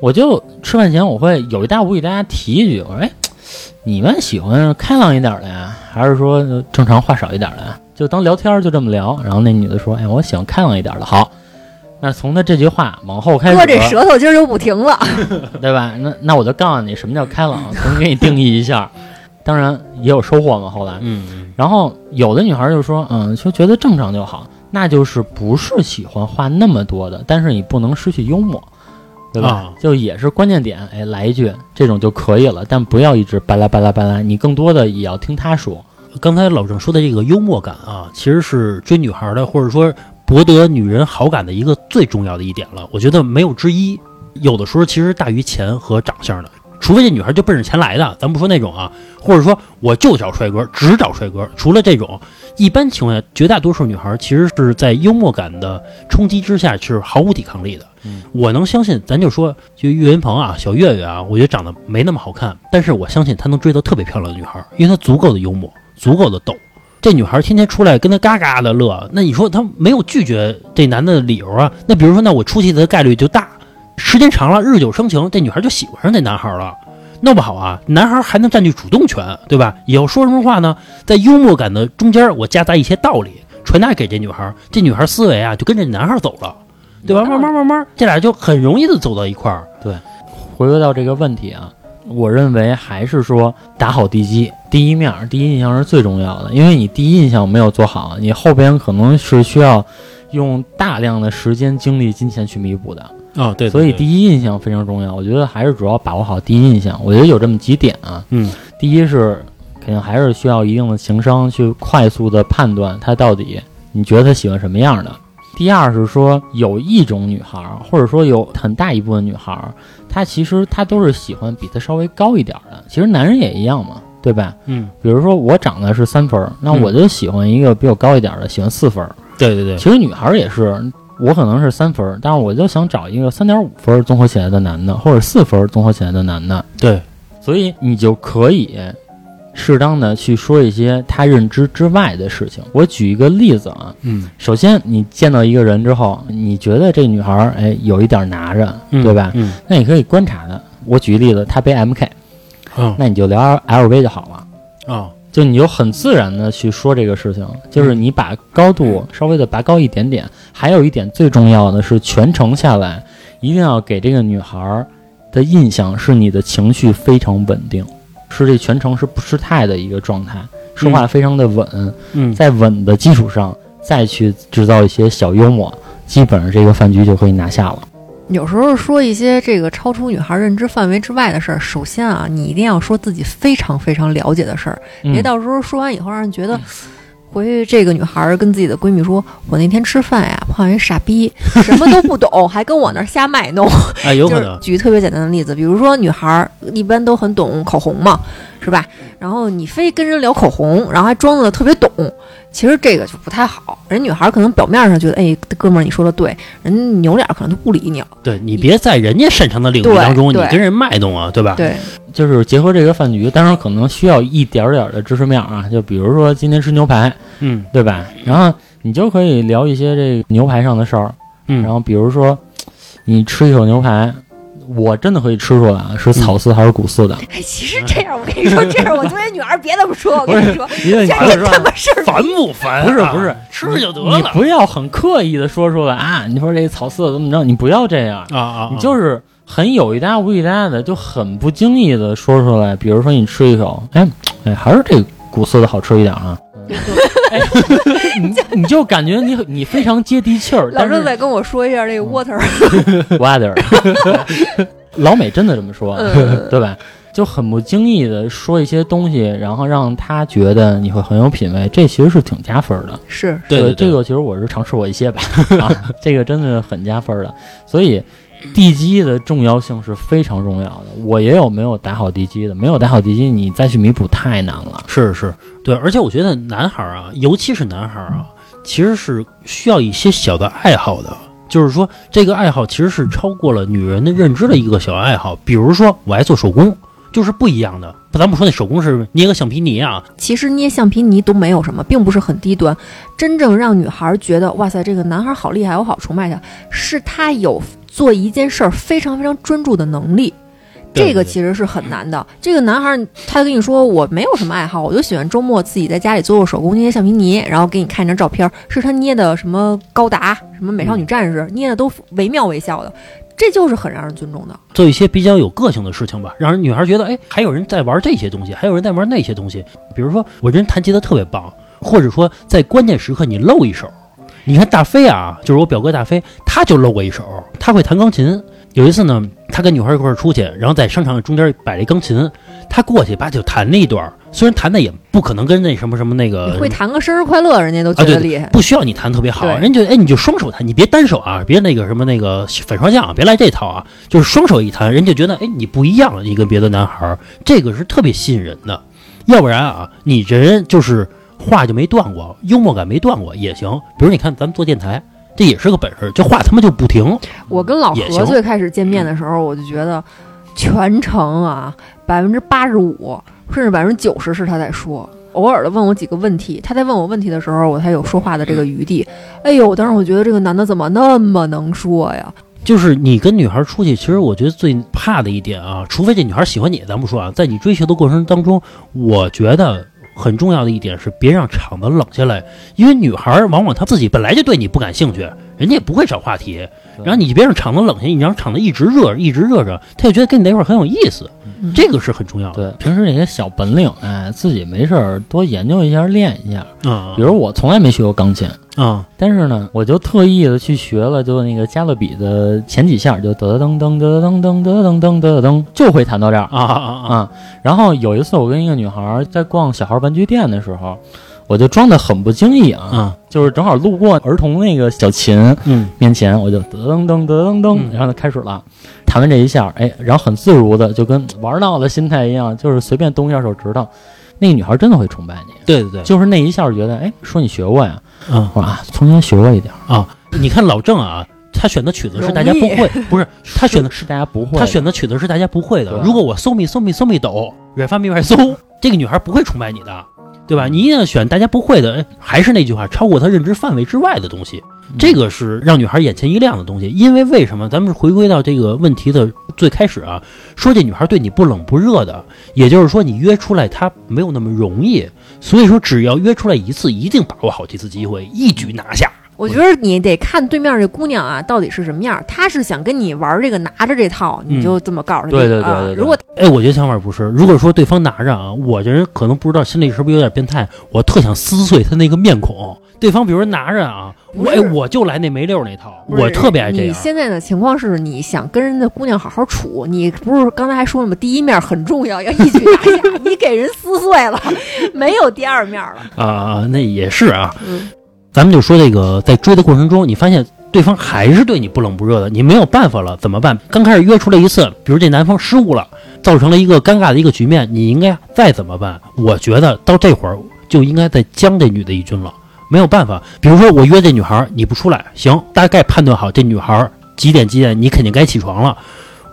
[SPEAKER 4] 我就吃饭前我会有一搭无一搭提一句，我说：“哎，你们喜欢开朗一点的呀，还是说正常话少一点的呀？”就当聊天儿就这么聊。然后那女的说：“哎，我喜欢开朗一点的。”好，那从他这句话往后开始，
[SPEAKER 5] 哥这舌头今儿就不停了。
[SPEAKER 4] 对吧？那那我就告诉你什么叫开朗，重新给你定义一下。当然也有收获嘛，后来。
[SPEAKER 3] 嗯，
[SPEAKER 4] 然后有的女孩就说，嗯，就觉得正常就好，那就是不是喜欢话那么多的，但是你不能失去幽默，对吧？
[SPEAKER 3] 啊
[SPEAKER 4] 就也是关键点，哎，来一句这种就可以了，但不要一直巴拉巴拉巴拉，你更多的也要听她说。
[SPEAKER 3] 刚才老郑说的这个幽默感啊，其实是追女孩的，或者说博得女人好感的一个最重要的一点了。我觉得没有之一。有的时候其实大于钱和长相的，除非这女孩就奔着钱来的，咱不说那种啊，或者说我就找帅哥，只找帅哥。除了这种，一般情况下，绝大多数女孩其实是在幽默感的冲击之下是毫无抵抗力的。
[SPEAKER 4] 嗯
[SPEAKER 3] 我能相信，咱就说就岳云鹏啊，小岳岳啊，我觉得长得没那么好看，但是我相信他能追到特别漂亮的女孩，因为他足够的幽默，足够的逗。这女孩天天出来跟他嘎嘎的乐，那你说他没有拒绝这男的理由啊？那比如说，那我出去的概率就大，时间长了，日久生情，这女孩就喜欢上这男孩了。弄不好啊，男孩还能占据主动权，对吧？以后说什么话呢？在幽默感的中间，我夹杂一些道理传达给这女孩，这女孩思维啊就跟这男孩走了，对吧？慢慢慢慢，这俩就很容易的走到一块儿。
[SPEAKER 4] 回归到这个问题啊，我认为还是说打好地基，第一面儿、第一印象是最重要的，因为你第一印象没有做好，你后边可能是需要用大量的时间、精力、金钱去弥补的。
[SPEAKER 3] 啊、对
[SPEAKER 4] 所以第一印象非常重要。我觉得还是主要把握好第一印象。我觉得有这么几点啊，
[SPEAKER 3] 嗯，
[SPEAKER 4] 第一是肯定还是需要一定的情商去快速的判断她到底你觉得她喜欢什么样的。第二是说有一种女孩儿，或者说有很大一部分女孩儿，她其实她都是喜欢比她稍微高一点儿的。其实男人也一样嘛，对吧？
[SPEAKER 3] 嗯，
[SPEAKER 4] 比如说我长得是三分儿，那
[SPEAKER 3] 嗯
[SPEAKER 4] 我就喜欢一个比我高一点儿的，喜欢四分儿。
[SPEAKER 3] 对对对，
[SPEAKER 4] 其实女孩儿也是，我可能是三分儿，但是我就想找一个三点五分儿综合起来的男的，或者四分儿综合起来的男的。
[SPEAKER 3] 对，
[SPEAKER 4] 所以你就可以适当的去说一些他认知之外的事情。我举一个例子啊，
[SPEAKER 3] 嗯
[SPEAKER 4] 首先你见到一个人之后，你觉得这女孩儿哎有一点拿着，对吧？
[SPEAKER 3] 嗯
[SPEAKER 4] 那你可以观察她。我举例子，她背 MK，
[SPEAKER 3] 啊
[SPEAKER 4] 那你就聊 LV 就好了。
[SPEAKER 3] 啊
[SPEAKER 4] 就你就很自然的去说这个事情，就是你把高度稍微的拔高一点点。还有一点最重要的是，全程下来一定要给这个女孩儿的印象是你的情绪非常稳定，是这全程是不失态的一个状态，说话非常的稳，
[SPEAKER 3] 嗯
[SPEAKER 4] 在稳的基础上再去制造一些小幽默，基本上这个饭局就可以拿下了。
[SPEAKER 5] 有时候说一些这个超出女孩认知范围之外的事儿，首先啊，你一定要说自己非常非常了解的事儿，别
[SPEAKER 4] 嗯
[SPEAKER 5] 到时候说完以后让人觉得。回去这个女孩儿跟自己的闺蜜说：“我那天吃饭呀，碰上一傻逼，什么都不懂，还跟我那儿瞎卖弄。”
[SPEAKER 3] 哎，有
[SPEAKER 5] 就
[SPEAKER 3] 可
[SPEAKER 5] 是
[SPEAKER 3] 能，
[SPEAKER 5] 举特别简单的例子，比如说女孩儿一般都很懂口红嘛，是吧？然后你非跟人聊口红，然后还装的特别懂，其实这个就不太好。人女孩儿可能表面上觉得，哎，哥们儿你说的对，人扭脸儿可能就不理你了。
[SPEAKER 3] 对你别在人家擅长的领域
[SPEAKER 5] 对
[SPEAKER 3] 当中，你
[SPEAKER 5] 对
[SPEAKER 3] 跟人卖弄啊，对吧？
[SPEAKER 5] 对，
[SPEAKER 4] 嗯就是结合这个饭局，当然可能需要一点儿点儿的知识面啊，就比如说今天吃牛排，
[SPEAKER 3] 嗯
[SPEAKER 4] 对吧？然后你就可以聊一些这个牛排上的事儿，
[SPEAKER 3] 嗯，
[SPEAKER 4] 然后比如说你吃一口牛排。我真的可以吃出来啊，是草饲还是谷饲的？
[SPEAKER 5] 哎，其实这样，我跟你说，这样我作为女孩儿别这么说，我跟你说，
[SPEAKER 4] 因为
[SPEAKER 5] 这样
[SPEAKER 4] 你就
[SPEAKER 5] 也
[SPEAKER 4] 是
[SPEAKER 5] 他妈是
[SPEAKER 3] 烦不烦啊、
[SPEAKER 4] 不是不是
[SPEAKER 3] 吃就得
[SPEAKER 4] 你
[SPEAKER 3] 了
[SPEAKER 4] 不要很刻意的说出来啊！你说这草饲怎么着？你不要这样，
[SPEAKER 3] 啊啊！
[SPEAKER 4] 你就是很有一搭无一搭的，就很不经意的说出来。比如说你吃一口，哎哎，还是这个古色的好吃一点 啊。哎、你你就感觉你你非常接地气儿，
[SPEAKER 5] 老
[SPEAKER 4] 但
[SPEAKER 5] 郑
[SPEAKER 4] 是
[SPEAKER 5] 在跟我说一下这个
[SPEAKER 3] 嗯
[SPEAKER 5] water，
[SPEAKER 4] weather，老美真的这么说，
[SPEAKER 5] 嗯
[SPEAKER 4] 对吧？就很不经意的说一些东西，然后让他觉得你会很有品位，这其实是挺加分儿的。
[SPEAKER 5] 是
[SPEAKER 3] 对对
[SPEAKER 4] 这个其实我是尝试过一些吧， 啊，这个真的是很加分的。所以地基的重要性是非常重要的。我也有没有打好地基的，没有打好地基，你再去弥补太难了。
[SPEAKER 3] 是是，对，而且我觉得男孩儿啊，尤其是男孩儿啊，其实是需要一些小的爱好的，就是说这个爱好其实是超过了女人的认知的一个小爱好，比如说我爱做手工，就是不一样的。不，咱不说那手工是捏个橡皮泥啊，
[SPEAKER 5] 其实捏橡皮泥都没有什么，并不是很低端。真正让女孩觉得哇塞，这个男孩好厉害，我好崇拜他，是他有做一件事儿非常非常专注的能力。
[SPEAKER 3] 对
[SPEAKER 5] 这个
[SPEAKER 3] 对
[SPEAKER 5] 其实是很难的。这个男孩儿他跟你说我没有什么爱好，我就喜欢周末自己在家里做做手工捏捏橡皮泥，然后给你看一张照片，是他捏的什么高达、什么美
[SPEAKER 3] 嗯
[SPEAKER 5] 少女战士，捏的都惟妙惟肖的，这就是很让人尊重的。
[SPEAKER 3] 做一些比较有个性的事情吧，让人女孩觉得，哎，还有人在玩这些东西，还有人在玩那些东西。比如说，我这人弹吉他特别棒，或者说在关键时刻你露一手。你看大飞啊，就是我表哥大飞，他就露过一手，他会弹钢琴。有一次呢，他跟女孩一块儿出去，然后在商场中间摆了一钢琴，他过去吧就弹了一段儿，虽然弹的也不可能跟那什么什么那个
[SPEAKER 5] 你会弹个生日快乐，人家都
[SPEAKER 3] 呃
[SPEAKER 5] 觉
[SPEAKER 3] 啊对
[SPEAKER 5] 得
[SPEAKER 3] 对
[SPEAKER 5] 厉害。
[SPEAKER 3] 不需要你弹特别好，
[SPEAKER 5] 对
[SPEAKER 3] 人家就哎你就双手弹，你别单手啊，别那个什么那个反双向啊，别来这套啊，就是双手一弹，人就觉得哎你不一样了，你跟别的男孩儿，这个是特别吸引人的。要不然啊，你这人就是话就没断过，幽默感没断过也行。比如你看咱们做电台，这也是个本事，这话他妈就不停。
[SPEAKER 5] 我跟老
[SPEAKER 3] 也
[SPEAKER 5] 何
[SPEAKER 3] 行
[SPEAKER 5] 最开始见面的时候，我就觉得全程啊，百分之八十五甚至百分之九十是他在说。偶尔的问我几个问题，他在问我问题的时候，我才有说话的这个余地。哎呦，当时我觉得这个男的怎么那么能说呀？
[SPEAKER 3] 就是你跟女孩出去，其实我觉得最怕的一点啊，除非这女孩喜欢你，咱不说啊，在你追求的过程当中，我觉得很重要的一点是别让场子冷下来，因为女孩往往她自己本来就对你不感兴趣，人家也不会找话题，然后你别让场子冷下，你让场子一直热，一直热着，她就觉得跟你在一块儿很有意思，
[SPEAKER 5] 嗯
[SPEAKER 3] 这个是很重要的。
[SPEAKER 4] 对平时那些小本领，哎，自己没事儿多研究一下，练一下。
[SPEAKER 3] 啊，
[SPEAKER 4] 比如我从来没学过钢琴，
[SPEAKER 3] 啊，
[SPEAKER 4] 但是呢，我就特意的去学了，就那个加勒比的前几下，就得噔噔得噔噔得噔噔得噔，就会弹到这儿
[SPEAKER 3] 啊啊啊啊，
[SPEAKER 4] 啊、然后有一次，我跟一个女孩儿在逛小孩玩具店的时候，我就装的很不经意啊，
[SPEAKER 3] 啊
[SPEAKER 4] 就是正好路过儿童那个小琴
[SPEAKER 3] 嗯
[SPEAKER 4] 面前，我就噔噔噔噔噔，
[SPEAKER 3] 嗯
[SPEAKER 4] 然后就开始了。弹完这一下，哎，然后很自如的，就跟玩闹的心态一样，就是随便动一下手指头，那个女孩真的会崇拜你，
[SPEAKER 3] 对对对，
[SPEAKER 4] 就是那一下觉得，哎，说你学过呀，
[SPEAKER 3] 嗯。
[SPEAKER 4] 我说啊，从前学过一点儿，
[SPEAKER 3] 你看老郑啊，他选的曲子是大家不会，不是他选的
[SPEAKER 4] 是大家不会的，
[SPEAKER 3] 他选的曲子是大家不会的。
[SPEAKER 4] 对啊
[SPEAKER 3] 如果我搜密搜密搜密抖，软发密外搜， 这个女孩不会崇拜你的，对
[SPEAKER 4] 嗯
[SPEAKER 3] 吧？你一定要选大家不会的，哎还是那句话，超过她认知范围之外的东西，
[SPEAKER 4] 嗯
[SPEAKER 3] 这个是让女孩眼前一亮的东西。因为为什么？咱们回归到这个问题的最开始啊，说这女孩对你不冷不热的，也就是说你约出来她没有那么容易，所以说只要约出来一次，一定把握好这次机会，一举拿下。
[SPEAKER 5] 我觉得你得看对面这姑娘啊，到底是什么样儿。她是想跟你玩这个拿着这套，你就这么告诉她、
[SPEAKER 4] 嗯对对对
[SPEAKER 5] 啊
[SPEAKER 4] 对对
[SPEAKER 5] 如果
[SPEAKER 3] 哎，我觉得想法不是，如果说对方拿着啊，我这人可能不知道心里是不是有点变态，我特想撕碎他那个面孔。对方比如说拿着啊，
[SPEAKER 5] 不
[SPEAKER 3] 我
[SPEAKER 5] 是
[SPEAKER 3] 哎我就来那没溜儿那套，
[SPEAKER 5] 不是
[SPEAKER 3] 我特别爱这
[SPEAKER 5] 你
[SPEAKER 3] 样。
[SPEAKER 5] 现在的情况是你想跟人家姑娘好好处，你不是刚才还说了吗？第一面很重要，要一举拿下。 你给人撕碎了，没有第二面了。
[SPEAKER 3] 啊、那也是啊。
[SPEAKER 5] 嗯
[SPEAKER 3] 咱们就说这个，在追的过程中，你发现对方还是对你不冷不热的，你没有办法了，怎么办？刚开始约出来一次，比如这男方失误了，造成了一个尴尬的一个局面，你应该再怎么办？我觉得到这会儿就应该再将这女的一军了，没有办法。比如说我约这女孩儿，你不出来，行，大概判断好这女孩儿几点几点，你肯定该起床了。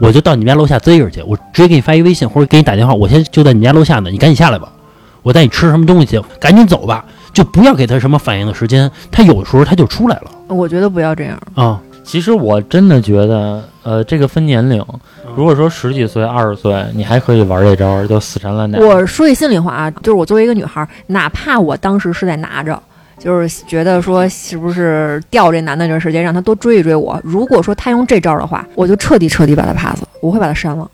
[SPEAKER 3] 我就到你们家楼下逮着去，我直接给你发一微信或者给你打电话，我现在就在你们家楼下呢，你赶紧下来吧。我带你吃什么东西去，赶紧走吧，就不要给他什么反应的时间，他有时候他就出来了
[SPEAKER 5] 嗯我觉得不要这样。
[SPEAKER 3] 啊。
[SPEAKER 4] 其实我真的觉得，呃，这个分年龄，
[SPEAKER 3] 嗯
[SPEAKER 4] 如果说十几岁、二十岁，你还可以玩这招，就死缠烂打。
[SPEAKER 5] 我说句心里话啊，就是我作为一个女孩，哪怕我当时是在拿着，就是觉得说是不是吊这男的这段时间，让他多追一追我。如果说他用这招的话，我就彻底彻底把他 pass，了我会把他删了。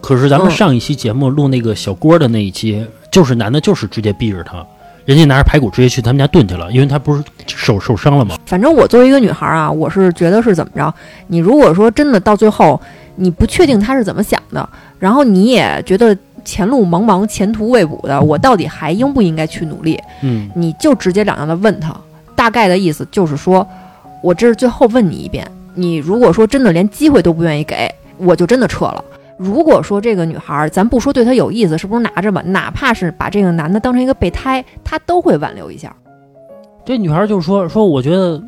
[SPEAKER 3] 可是咱们
[SPEAKER 5] 嗯
[SPEAKER 3] 上一期节目录那个小郭的那一期，就是男的，就是直接避着他，人家拿着排骨直接去他们家炖去了，因为他不是手受伤了吗？
[SPEAKER 5] 反正我作为一个女孩啊，我是觉得是怎么着，你如果说真的到最后你不确定他是怎么想的，然后你也觉得前路茫茫、前途未卜的，我到底还应不应该去努力？
[SPEAKER 3] 嗯，
[SPEAKER 5] 你就直截了当的问他，大概的意思就是说，我这是最后问你一遍，你如果说真的连机会都不愿意给，我就真的撤了。如果说这个女孩儿，咱不说对她有意思，是不是拿着吧？哪怕是把这个男的当成一个备胎，她都会挽留一下，
[SPEAKER 3] 这女孩就说说，我觉得嘖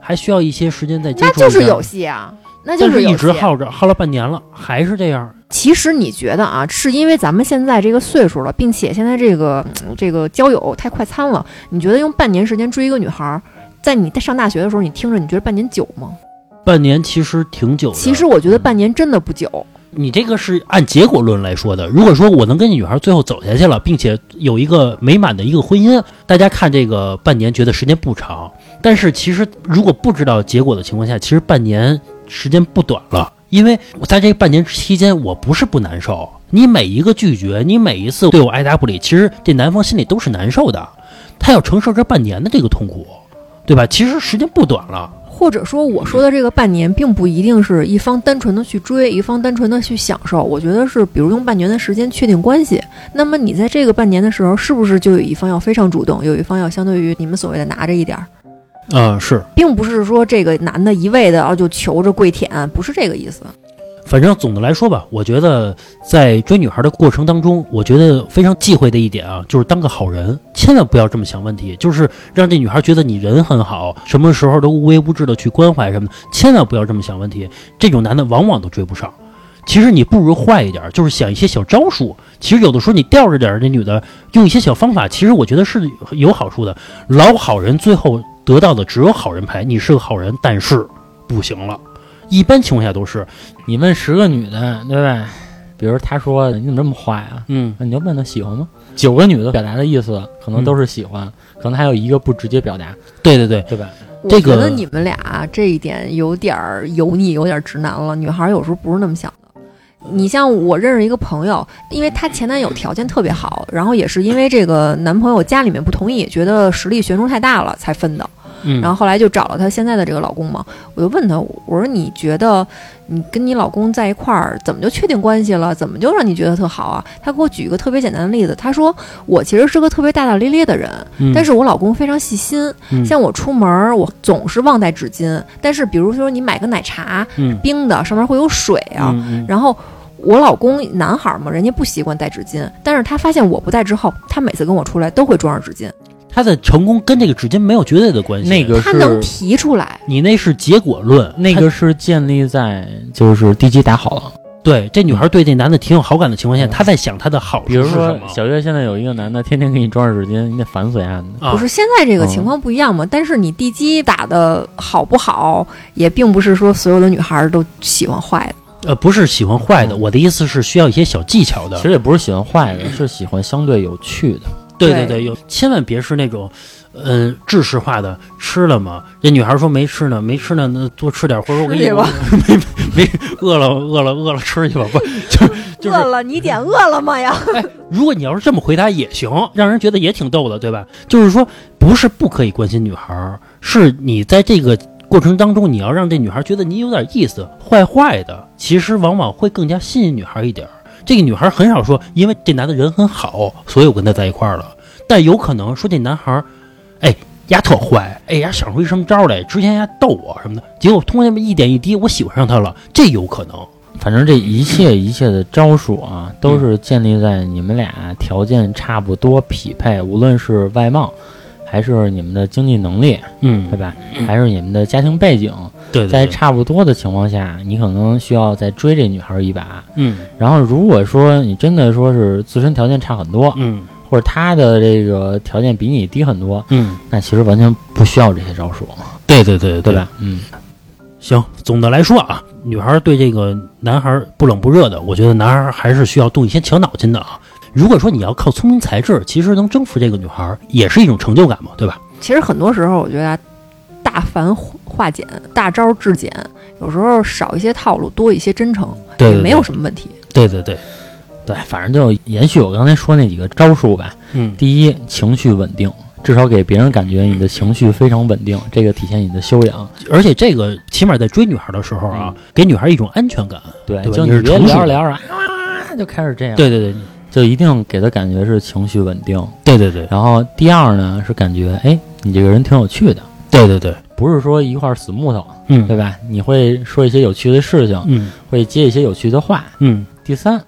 [SPEAKER 3] 还需要一些时间再接触
[SPEAKER 5] 那
[SPEAKER 3] 一下，
[SPEAKER 5] 就是有戏啊，那就
[SPEAKER 3] 但是
[SPEAKER 5] 有
[SPEAKER 3] 一直
[SPEAKER 5] 戏。
[SPEAKER 3] 耗着，耗了半年了，还是这样。
[SPEAKER 5] 其实你觉得啊，是因为咱们现在这个岁数了，并且现在这个嗯这个交友太快餐了，你觉得用半年时间追一个女孩儿，在你在上大学的时候，你听着，你觉得半年久吗？
[SPEAKER 3] 半年其实挺久的，
[SPEAKER 5] 其实我觉得半年真的不久，
[SPEAKER 3] 你这个是按结果论来说的。如果说我能跟这女孩最后走下去了，并且有一个美满的一个婚姻，大家看这个半年觉得时间不长，但是其实如果不知道结果的情况下，其实半年时间不短了。因为我在这半年期间，我不是不难受。你每一个拒绝，你每一次对我爱答不理，其实这男方心里都是难受的，他要承受这半年的这个痛苦，对吧？其实时间不短了。
[SPEAKER 5] 或者说我说的这个半年，并不一定是一方单纯的去追，一方单纯的去享受。我觉得是，比如用半年的时间确定关系，那么你在这个半年的时候，是不是就有一方要非常主动，有一方要相对于你们所谓的拿着一点儿，
[SPEAKER 3] 嗯、是。
[SPEAKER 5] 并不是说这个男的一味的啊就求着跪舔，不是这个意思。
[SPEAKER 3] 反正总的来说吧，我觉得在追女孩的过程当中，我觉得非常忌讳的一点啊，就是当个好人，千万不要这么想问题，就是让这女孩觉得你人很好，什么时候都无微不至的去关怀什么的，千万不要这么想问题。这种男的往往都追不上。其实你不如坏一点，就是想一些小招数。其实有的时候你吊着点儿这女的，用一些小方法，其实我觉得是有好处的。老好人最后得到的只有好人牌，你是个好人，但是不行了。一般情况下都是，
[SPEAKER 4] 你问十个女的，对吧？比如她说你怎么这么坏啊？
[SPEAKER 3] 嗯，
[SPEAKER 4] 那你就问她喜欢吗？九个女的表达的意思可能都是喜欢，可能还有一个不直接表达，
[SPEAKER 3] 对对对，
[SPEAKER 4] 对吧？
[SPEAKER 5] 我
[SPEAKER 3] 这
[SPEAKER 5] 觉
[SPEAKER 3] 个
[SPEAKER 5] 得你们俩这一点有点儿油腻，有点儿直男了。女孩儿有时候不是那么想的。你像我认识一个朋友，因为她前男友条件特别好，然后也是因为这个男朋友家里面不同意，觉得实力悬殊太大了才分的。
[SPEAKER 3] 嗯，
[SPEAKER 5] 然后后来就找了她现在的这个老公嘛，我就问她，我说你觉得你跟你老公在一块儿怎么就确定关系了？怎么就让你觉得特好啊？她给我举一个特别简单的例子，她说我其实是个特别大大咧咧的人，
[SPEAKER 3] 嗯
[SPEAKER 5] 但是我老公非常细心，
[SPEAKER 3] 嗯
[SPEAKER 5] 像我出门儿我总是忘带纸巾，但是比如说你买个奶茶
[SPEAKER 3] 嗯
[SPEAKER 5] 冰的，上面会有水啊，
[SPEAKER 3] 嗯嗯
[SPEAKER 5] 然后。我老公男孩儿嘛，人家不习惯带纸巾，但是他发现我不带之后，他每次跟我出来都会装上纸巾，
[SPEAKER 3] 他的成功跟这个纸巾没有绝对的关系。
[SPEAKER 4] 那个
[SPEAKER 5] 他能
[SPEAKER 4] 是
[SPEAKER 5] 提出来。
[SPEAKER 3] 你那是结果论，
[SPEAKER 4] 那
[SPEAKER 3] 他
[SPEAKER 4] 个是建立在就是地基打好了。
[SPEAKER 3] 对这女孩对这男的挺有好感的情况下，
[SPEAKER 4] 嗯
[SPEAKER 3] 她在想他的好处
[SPEAKER 4] 比如
[SPEAKER 3] 是什
[SPEAKER 4] 说
[SPEAKER 3] 么
[SPEAKER 4] 小月现在有一个男的天天给你装着纸巾，你得烦死丫的。
[SPEAKER 3] 啊
[SPEAKER 5] 不是现在这个情况不一样嘛？但是你地基打的好不好，也并不是说所有的女孩儿都喜欢坏的。
[SPEAKER 3] 呃不是喜欢坏的，我的意思是需要一些小技巧的
[SPEAKER 4] 嗯其。实也不是喜欢坏的，是喜欢相对有趣的。
[SPEAKER 3] 对
[SPEAKER 5] 对
[SPEAKER 3] 对，有千万别是那种，嗯、制式化的吃了吗？这女孩说没吃呢，没吃呢，那多吃点，或者我给你
[SPEAKER 5] 吃去吧
[SPEAKER 3] 没没饿了饿了饿了吃去吧，不就
[SPEAKER 4] 就是
[SPEAKER 5] 饿了，你点饿了吗呀？
[SPEAKER 3] 如果你要是这么回答也行，让人觉得也挺逗的，对吧？就是说，不是不可以关心女孩儿，是你在这个过程当中，你要让这女孩儿觉得你有点意思，坏坏的，其实往往会更加吸引女孩儿一点儿。这个女孩儿很少说，因为这男的人很好，所以我跟他在一块儿了。但有可能说这男孩儿，哎，丫特坏，哎，丫想出一什么招儿来，之前丫逗我什么的，结果通过那么一点一滴，我喜欢上他了，这有可能。
[SPEAKER 4] 反正这一切
[SPEAKER 3] 嗯
[SPEAKER 4] 一切的招数啊，都是建立在你们俩条件差不多匹配，无论是外貌，还是你们的经济能力，
[SPEAKER 3] 嗯
[SPEAKER 4] 对，吧？还是你们的家庭背景，
[SPEAKER 3] 对对
[SPEAKER 4] 在
[SPEAKER 3] 对，
[SPEAKER 4] 差不多的情况下，你可能需要再追这女孩一把。
[SPEAKER 3] 嗯
[SPEAKER 4] 然后，如果说你真的说是自身条件差很多，
[SPEAKER 3] 嗯
[SPEAKER 4] 或者她的这个条件比你低很多，
[SPEAKER 3] 嗯，
[SPEAKER 4] 那其实完全不需要这些招数，
[SPEAKER 3] 对对对对
[SPEAKER 4] 对吧？嗯，
[SPEAKER 3] 行，总的来说啊，女孩对这个男孩不冷不热的，我觉得男孩还是需要动一些小脑筋的啊。如果说你要靠聪明才智，其实能征服这个女孩也是一种成就感嘛，对吧？
[SPEAKER 5] 其实很多时候，我觉得啊大繁化简，大招至简，有时候少一些套路，多一些真诚，
[SPEAKER 3] 对
[SPEAKER 5] 也没有什么问题。
[SPEAKER 3] 对对对，
[SPEAKER 4] 对，反正就延续我刚才说那几个招数吧。
[SPEAKER 3] 嗯，
[SPEAKER 4] 第一，情绪稳定，至少给别人感觉你的情绪非常稳定，这个体现你的修养。
[SPEAKER 3] 而且这个起码在追女孩的时候啊，给女孩一种安全感。
[SPEAKER 4] 对，
[SPEAKER 3] 对吧
[SPEAKER 4] 就
[SPEAKER 3] 你是
[SPEAKER 4] 别
[SPEAKER 3] 成熟
[SPEAKER 4] 聊
[SPEAKER 3] 的
[SPEAKER 4] 着聊着啊，就开始这样，，
[SPEAKER 3] 对对对
[SPEAKER 4] 就一定给他感觉是情绪稳定。
[SPEAKER 3] 对对对
[SPEAKER 4] 然后第二呢，是感觉哎，你这个人挺有趣的，
[SPEAKER 3] 对对对，
[SPEAKER 4] 不是说一块死木头，对
[SPEAKER 3] 嗯
[SPEAKER 4] 吧？你会说一些有趣的事情，
[SPEAKER 3] 嗯
[SPEAKER 4] 会接一些有趣的话。
[SPEAKER 3] 嗯，
[SPEAKER 4] 第三。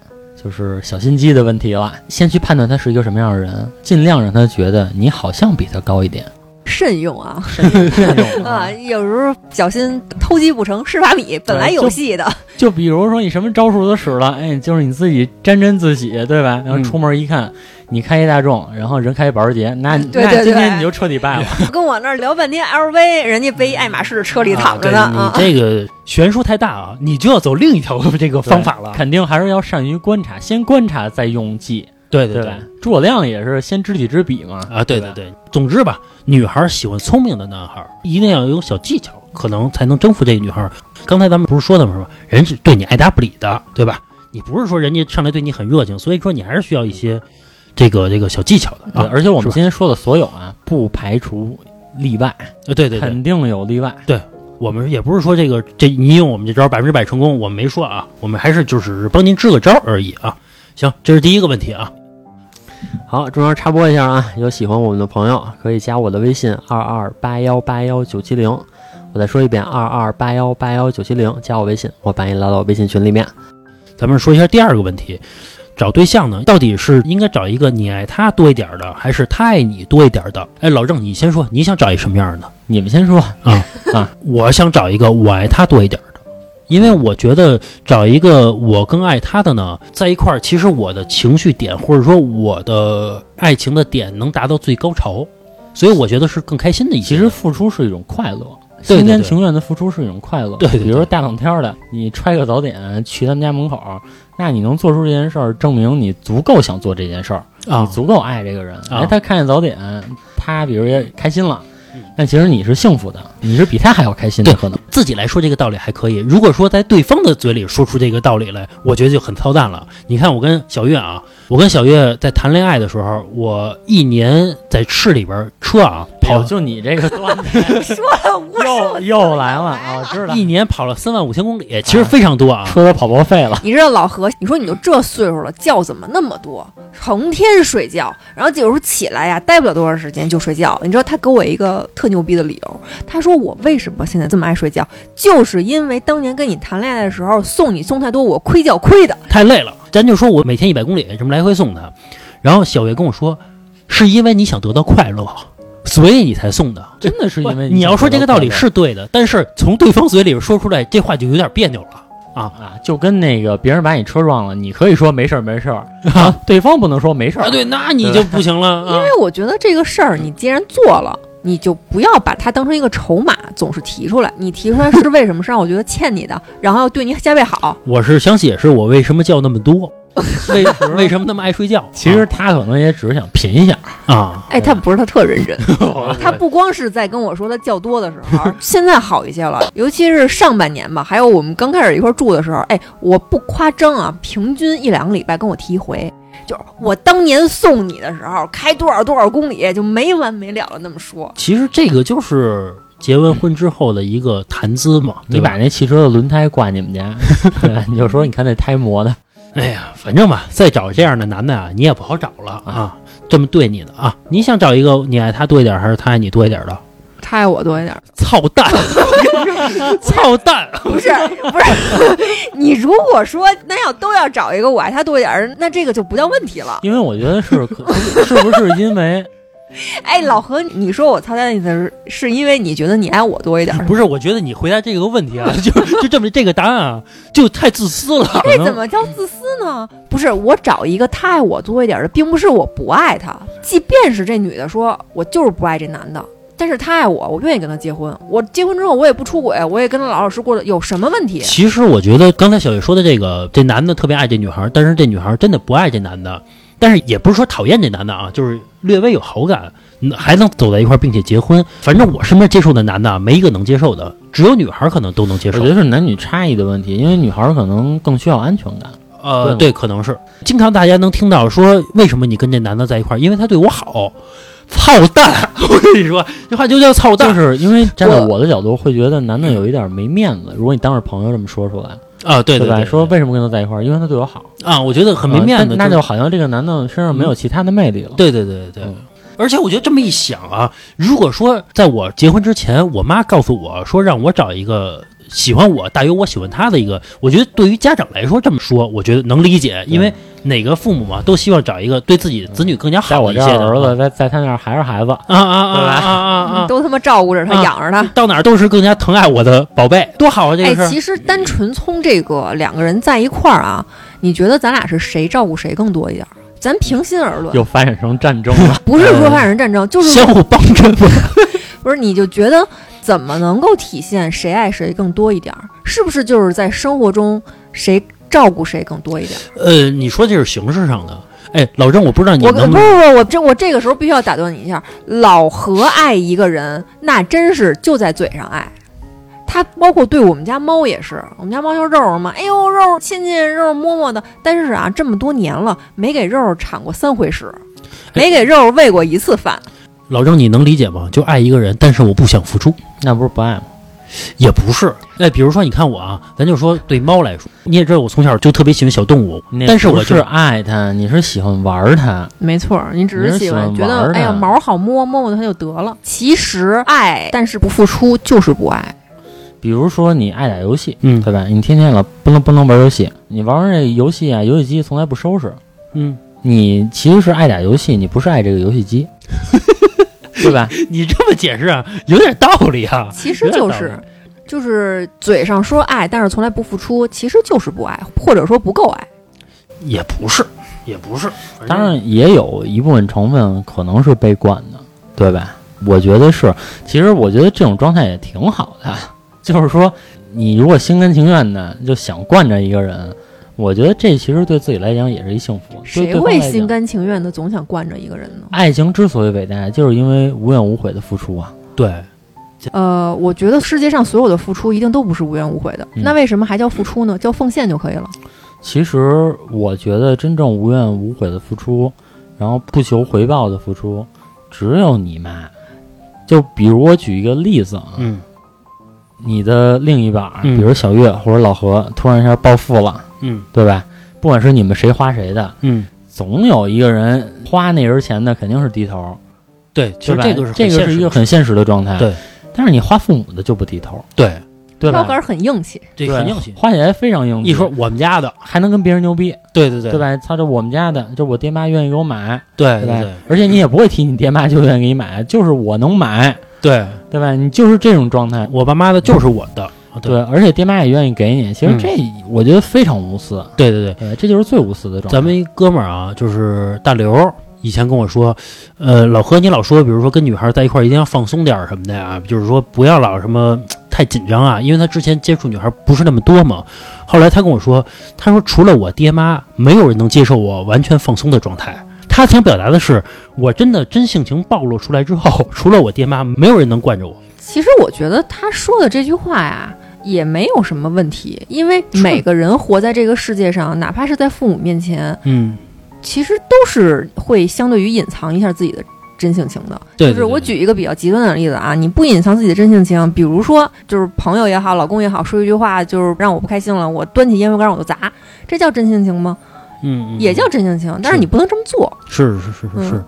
[SPEAKER 4] 就是小心机的问题了，先去判断他是一个什么样的人，尽量让他觉得你好像比他高一点。
[SPEAKER 5] 慎用啊
[SPEAKER 4] 这种
[SPEAKER 5] 啊！有时候小心偷鸡不成蚀把米，本
[SPEAKER 3] 啊
[SPEAKER 5] 来有戏的。
[SPEAKER 4] 就比如说你什么招数都使了，哎，就是你自己沾沾自喜，对吧？然后
[SPEAKER 3] 嗯
[SPEAKER 4] 出门一看，你开一大众，然后人开一保时捷，那
[SPEAKER 5] 嗯对
[SPEAKER 4] 那
[SPEAKER 5] 对
[SPEAKER 4] 今
[SPEAKER 5] 对
[SPEAKER 4] 天你就彻底
[SPEAKER 3] 哎
[SPEAKER 4] 败了。
[SPEAKER 5] 跟我那儿聊半天 LV，人家背一爱马仕的车里躺着呢啊！
[SPEAKER 3] 对你这个悬殊太大啊，你就要走另一条 这个方法了。
[SPEAKER 4] 肯定还是要善于观察，先观察再用计，
[SPEAKER 3] 对
[SPEAKER 4] 对
[SPEAKER 3] 对
[SPEAKER 4] 吧。？诸葛亮也是先知己知彼嘛。
[SPEAKER 3] 啊，对对
[SPEAKER 4] 吧，
[SPEAKER 3] 对，总之吧，女孩喜欢聪明的男孩，一定要有小技巧，可能才能征服这个女孩。刚才咱们不是说的吗？是吧？人是对你爱答不理的，对吧？你不是说人家上来对你很热情，所以说你还是需要一些这个这个小技巧的
[SPEAKER 4] 对
[SPEAKER 3] 啊。
[SPEAKER 4] 而且我
[SPEAKER 3] 是
[SPEAKER 4] 们
[SPEAKER 3] 吧
[SPEAKER 4] 今天说的所有啊，不排除例外，
[SPEAKER 3] 呃对对对，
[SPEAKER 4] 肯定有例外。
[SPEAKER 3] 我们也不是说这个这你用我们这招百分之百成功，我们没说啊，我们还是就是帮您支个招而已啊。行，这是第一个问题啊。
[SPEAKER 4] 好，中间插播一下啊，有喜欢我们的朋友可以加我的微信二二八幺八幺九七零，我再说一遍二二八幺八幺九七零，加我微信，我把你拉到微信群里面。
[SPEAKER 3] 咱们说一下第二个问题，找对象呢，到底是应该找一个你爱他多一点儿的，还是他爱你多一点儿的？哎，老郑，你先说，你想找一什么样的？
[SPEAKER 4] 你们先说，
[SPEAKER 3] 我想找一个我爱他多一点儿的，因为我觉得找一个我更爱他的呢，在一块儿，其实我的情绪点或者说我的爱情的点能达到最高潮，所以我觉得是更开心的一些
[SPEAKER 4] 其实付出是一种快乐。
[SPEAKER 3] 对对
[SPEAKER 4] 心甘
[SPEAKER 3] 对
[SPEAKER 4] 情愿的付出是一种快乐，
[SPEAKER 3] 对对对
[SPEAKER 4] 比如说大冷天儿的，你揣个早点去他们家门口，那你能做出这件事儿，证明你足够想做这件事儿，你
[SPEAKER 3] 啊，
[SPEAKER 4] 足够爱这个人。
[SPEAKER 3] 啊
[SPEAKER 4] 哎，他看见早点，他比如也开心了，但其实你是幸福的，你是比他还要开心的，
[SPEAKER 3] 嗯对
[SPEAKER 4] 可能。
[SPEAKER 3] 自己来说这个道理还可以。如果说在对方的嘴里说出这个道理来，我觉得就很操蛋了。你看，我跟小月啊，我跟小月在谈恋爱的时候，我一年在市里边儿车啊
[SPEAKER 4] 哎
[SPEAKER 3] 跑
[SPEAKER 4] 呦就你这个段 子
[SPEAKER 5] 啊说 了无
[SPEAKER 4] 又
[SPEAKER 5] 数，
[SPEAKER 4] 又来了啊！我知道
[SPEAKER 3] 一，年跑了三万五千公里，其实非常 多啊。
[SPEAKER 4] 说到跑步费了，
[SPEAKER 5] 你知道老何，你说你都这岁数了，觉怎么那么多？成天睡觉，然后有时候起来呀，待不了多长时间就睡觉。你知道他给我一个特牛逼的理由，他说我为什么现在这么爱睡觉，就是因为当年跟你谈恋爱的时候送你送太多，我亏觉亏的。
[SPEAKER 3] 太累了。咱就说我啊每天一百公里这么来回送他，然后小月跟我说，是因为你想得到快乐，所以你才送的。
[SPEAKER 4] 真的是因为
[SPEAKER 3] 你要说这个道理
[SPEAKER 4] 想
[SPEAKER 3] 是对的，但是从对方嘴里说出来这话就有点别扭了。
[SPEAKER 4] 跑步啊，就跟那个别人把你车撞了，你可以说没事儿没 事儿，啊，对方不能说没事儿
[SPEAKER 3] 啊，。对，那你就不行了啊
[SPEAKER 5] 因。为我觉得这个事儿，你既然做了。你就不要把它当成一个筹码，总是提出来。你提出来是为什么？是让我觉得欠你的，然后要对你加倍好。
[SPEAKER 3] 我是想解释我为什么叫那么多，为为什么那么爱睡觉？
[SPEAKER 4] 其实他可能也只是想贫一下，
[SPEAKER 3] 啊，
[SPEAKER 5] 哎，他不是，他特认真。他不光是在跟我说他较多的时 候，现在好一些了，尤其是上半年吧，还有我们刚开始一块儿住的时候，哎，我不夸张啊，平均一两个礼拜跟我提一回，就是我当年送你的时候开多少多少公里，就没完没了的那么说。
[SPEAKER 3] 其实这个就是结完婚之后的一个谈资嘛。
[SPEAKER 4] 你
[SPEAKER 3] 对吧
[SPEAKER 4] 把那汽车的轮胎挂你们 家，对你就说你看那胎磨的，
[SPEAKER 3] 哎呀，反正吧，再找这样的男的啊，你也不好找了啊。这么对你的啊，你想找一个你爱他多一点，还是他爱你多一点的？
[SPEAKER 5] 他爱我多一点，
[SPEAKER 3] 操 蛋，操蛋！
[SPEAKER 5] 不是不是， 你如果说那要都要找一个我爱他多一点儿，那这个就不叫问题了。
[SPEAKER 4] 因为我觉得 是可是不是因为
[SPEAKER 5] 哎，老何，你说我操蛋的意思是是因为你觉得你爱我多一点儿？
[SPEAKER 3] 不是，我觉得你回答这个问题啊，就就这么这个答案啊，就太自私了。
[SPEAKER 5] 这怎么叫自私呢？不是，我找一个他爱我多一点的，并不是我不爱他。即便是这女的说我就是不爱这男的，但是他爱我，我愿意跟他结婚。我结婚之后我也不出轨，我也跟他老老实实过的，有什么问题？
[SPEAKER 3] 其实我觉得刚才小月说的这个，这男的特别爱这女孩，但是这女孩真的不爱这男的，但是也不是说讨厌这男的啊，就是略微有好感，嗯还能走在一块儿并且结婚。反正我身边接触的男的啊没一个能接受的，只有女孩可能都能接
[SPEAKER 4] 我
[SPEAKER 3] 受
[SPEAKER 4] 觉。得是男女差异的问题，因为女孩儿可能更需要安全感。
[SPEAKER 3] 呃，
[SPEAKER 4] 对
[SPEAKER 3] 对，可能是经常大家能听到说，为什么你跟这男的在一块儿？因为他对我好。操蛋！我跟你说，这话就叫操蛋
[SPEAKER 4] 就
[SPEAKER 3] 啊、
[SPEAKER 4] 是因为站在
[SPEAKER 5] 我
[SPEAKER 4] 我的角度，会觉得男的有一点没面子。如果你当着朋友这么说出来，
[SPEAKER 3] 啊对
[SPEAKER 4] 吧？
[SPEAKER 3] 对，
[SPEAKER 4] 说为什么跟他在一块儿？因为他对我好，
[SPEAKER 3] 啊，我觉得很没
[SPEAKER 4] 呃
[SPEAKER 3] 面
[SPEAKER 4] 但
[SPEAKER 3] 子，
[SPEAKER 4] 那
[SPEAKER 3] 是
[SPEAKER 4] 就好像这个男的身上没有其他的魅力了。
[SPEAKER 3] 对对对对对
[SPEAKER 4] 嗯。
[SPEAKER 3] 而且我觉得这么一想啊，如果说在我结婚之前，我妈告诉我说让我找一个喜欢我大于我喜欢他的一个，我觉得对于家长来说这么说，我觉得能理解，因为哪个父母啊都希望找一个对自己子女更加
[SPEAKER 4] 嗯在
[SPEAKER 3] 好
[SPEAKER 4] 嗯我
[SPEAKER 3] 一
[SPEAKER 4] 这
[SPEAKER 3] 些
[SPEAKER 4] 儿
[SPEAKER 3] 的
[SPEAKER 4] 儿子在在他那儿还是孩子，
[SPEAKER 3] 啊啊啊
[SPEAKER 4] 对吧
[SPEAKER 3] 啊啊啊
[SPEAKER 5] 嗯都他妈照顾着他，
[SPEAKER 3] 啊
[SPEAKER 5] 养着他。
[SPEAKER 3] 到哪儿都是更加疼爱我的宝贝，多好啊！这
[SPEAKER 5] 哎
[SPEAKER 3] 个，事儿
[SPEAKER 5] 其实单纯从这个两个人在一块儿啊，你觉得咱俩是谁照顾谁更多一点儿？咱平心而论，
[SPEAKER 4] 又发展成战争 了。
[SPEAKER 5] 不是说发展战争，就是说
[SPEAKER 3] 相互帮衬嘛。
[SPEAKER 5] 不是，你就觉得怎么能够体现谁爱谁更多一点儿？是不是就是在生活中谁照顾谁更多一点儿？
[SPEAKER 3] 呃，你说这是形式上的，哎，老郑，我不知道你
[SPEAKER 5] 我
[SPEAKER 3] 能
[SPEAKER 5] 不
[SPEAKER 3] 不
[SPEAKER 5] 不
[SPEAKER 3] 能
[SPEAKER 5] 不，我这我这个时候必须要打断你一下。老何爱一个人，那真是就在嘴上爱。他包括对我们家猫也是，我们家猫叫肉肉嘛，哎呦肉亲亲肉肉摸摸的，但是啊，这么多年了，没给肉肉铲过三回屎，没
[SPEAKER 3] 哎
[SPEAKER 5] 给肉肉喂过一次饭。
[SPEAKER 3] 老郑，你能理解吗？就爱一个人，但是我不想付出。
[SPEAKER 4] 那不是不爱吗？
[SPEAKER 3] 也不是，哎，比如说你看我啊，咱就说对猫来说，你也知道我从小就特别喜欢小动物，
[SPEAKER 4] 你
[SPEAKER 3] 但是
[SPEAKER 4] 哎不
[SPEAKER 3] 我就是
[SPEAKER 4] 爱他，你是喜欢玩儿他。
[SPEAKER 5] 没错儿，你只
[SPEAKER 4] 你
[SPEAKER 5] 是
[SPEAKER 4] 是
[SPEAKER 5] 喜
[SPEAKER 4] 喜
[SPEAKER 5] 欢
[SPEAKER 4] 欢
[SPEAKER 5] 觉
[SPEAKER 4] 玩
[SPEAKER 5] 得
[SPEAKER 4] 儿
[SPEAKER 5] 哎呀
[SPEAKER 4] 的
[SPEAKER 5] 毛好摸，摸摸它就得了。其实爱，但是不付出就是不爱。
[SPEAKER 4] 比如说你爱打游戏，
[SPEAKER 3] 嗯
[SPEAKER 4] 对吧？你天天老不能不能玩游戏，你玩完这游戏啊，游戏机从来不收拾。
[SPEAKER 3] 嗯，
[SPEAKER 4] 你其实是爱打游戏，你不是爱这个游 戏机，对吧？
[SPEAKER 3] 你这么解释啊，有点道理啊。
[SPEAKER 5] 其实就
[SPEAKER 3] 有点
[SPEAKER 5] 是
[SPEAKER 3] 道，
[SPEAKER 5] 就是嘴上说爱，但是从来不付出，其实就是不爱，或者说不够爱。
[SPEAKER 3] 也不是，也不是，反正
[SPEAKER 4] 当然也有一部分成分可能是被惯的，对吧？我觉得是，其实我觉得这种状态也挺好的， 就是说你如果心甘情愿的就想惯着一个人，我觉得这其实对自己来讲也是一幸福。对
[SPEAKER 5] 谁
[SPEAKER 4] 对方
[SPEAKER 5] 会
[SPEAKER 4] 来讲
[SPEAKER 5] 心甘情愿的总想惯着一个人呢？
[SPEAKER 4] 爱情之所以伟大，就是因为无怨无悔的付出啊。
[SPEAKER 3] 对，
[SPEAKER 5] 呃，我觉得世界上所有的付出一定都不是无怨无悔的，
[SPEAKER 4] 嗯
[SPEAKER 5] 那为什么还叫付出呢？叫奉献就可以了。
[SPEAKER 4] 其实我觉得真正无怨无悔的付出，然后不求回报的付出，只有你妈。就比如我举一个例子啊，
[SPEAKER 3] 嗯
[SPEAKER 4] 你的另一半儿，
[SPEAKER 3] 嗯
[SPEAKER 4] 比如小月或者老何，突然一下暴富了，
[SPEAKER 3] 嗯
[SPEAKER 4] 对吧？不管是你们谁花谁的，
[SPEAKER 3] 嗯，
[SPEAKER 4] 总有一个人花那人钱的肯定是低头，
[SPEAKER 3] 对，其实
[SPEAKER 4] 对吧？
[SPEAKER 3] 这个是
[SPEAKER 4] 这个是一个很现实的状态。
[SPEAKER 3] 对，
[SPEAKER 4] 但是你花父母的就不低头，
[SPEAKER 3] 对，
[SPEAKER 4] 对
[SPEAKER 5] 标杆
[SPEAKER 4] 吧？
[SPEAKER 5] 儿很硬气，
[SPEAKER 3] 这
[SPEAKER 4] 对
[SPEAKER 3] 很硬气。
[SPEAKER 4] 花起来非常硬气。
[SPEAKER 3] 一说我们家的，
[SPEAKER 4] 还能跟别人牛逼，
[SPEAKER 3] 对对对
[SPEAKER 4] 对吧？操，这我们家的，这我爹妈愿意给我买，
[SPEAKER 3] 对
[SPEAKER 4] 对
[SPEAKER 3] 对
[SPEAKER 4] 吧？
[SPEAKER 3] 对
[SPEAKER 4] 而且你也不会提你爹妈就愿意给你买，就是我能买，
[SPEAKER 3] 对，
[SPEAKER 4] 对吧？你就是这种状态，
[SPEAKER 3] 我爸妈的就是我的，对
[SPEAKER 4] 对，而且爹妈也愿意给你。其实
[SPEAKER 3] 嗯
[SPEAKER 4] 这我觉得非常无私，
[SPEAKER 3] 对对对。
[SPEAKER 4] 对，这就是最无私的状态。
[SPEAKER 3] 咱们一哥们儿啊，就是大刘，以前跟我说，呃，老何你老说，比如说跟女孩在一块儿一定要放松点儿什么的呀，就是说不要老什么太紧张啊，因为他之前接触女孩不是那么多嘛。后来他跟我说，他说除了我爹妈，没有人能接受我完全放松的状态。他想表达的是，我真的真性情暴露出来之后， 除了我爹妈，没有人能惯着我。
[SPEAKER 5] 其实我觉得他说的这句话呀，也没有什么问题，因为每个人活在这个世界上，哪怕是在父母面前，
[SPEAKER 3] 嗯，
[SPEAKER 5] 其实都是会相对于隐藏一下自己的真性情的。
[SPEAKER 3] 对
[SPEAKER 5] 就是我举一个比较极端的例子啊，你不隐藏自己的真性情，比如说就是朋友也好，老公也好，说一句话就是让我不开心了，我端起烟灰缸我就砸，这叫真性情吗？
[SPEAKER 3] 嗯，嗯嗯
[SPEAKER 5] 也叫真性情，但是你不能这么做。
[SPEAKER 3] 是是是是是，
[SPEAKER 5] 嗯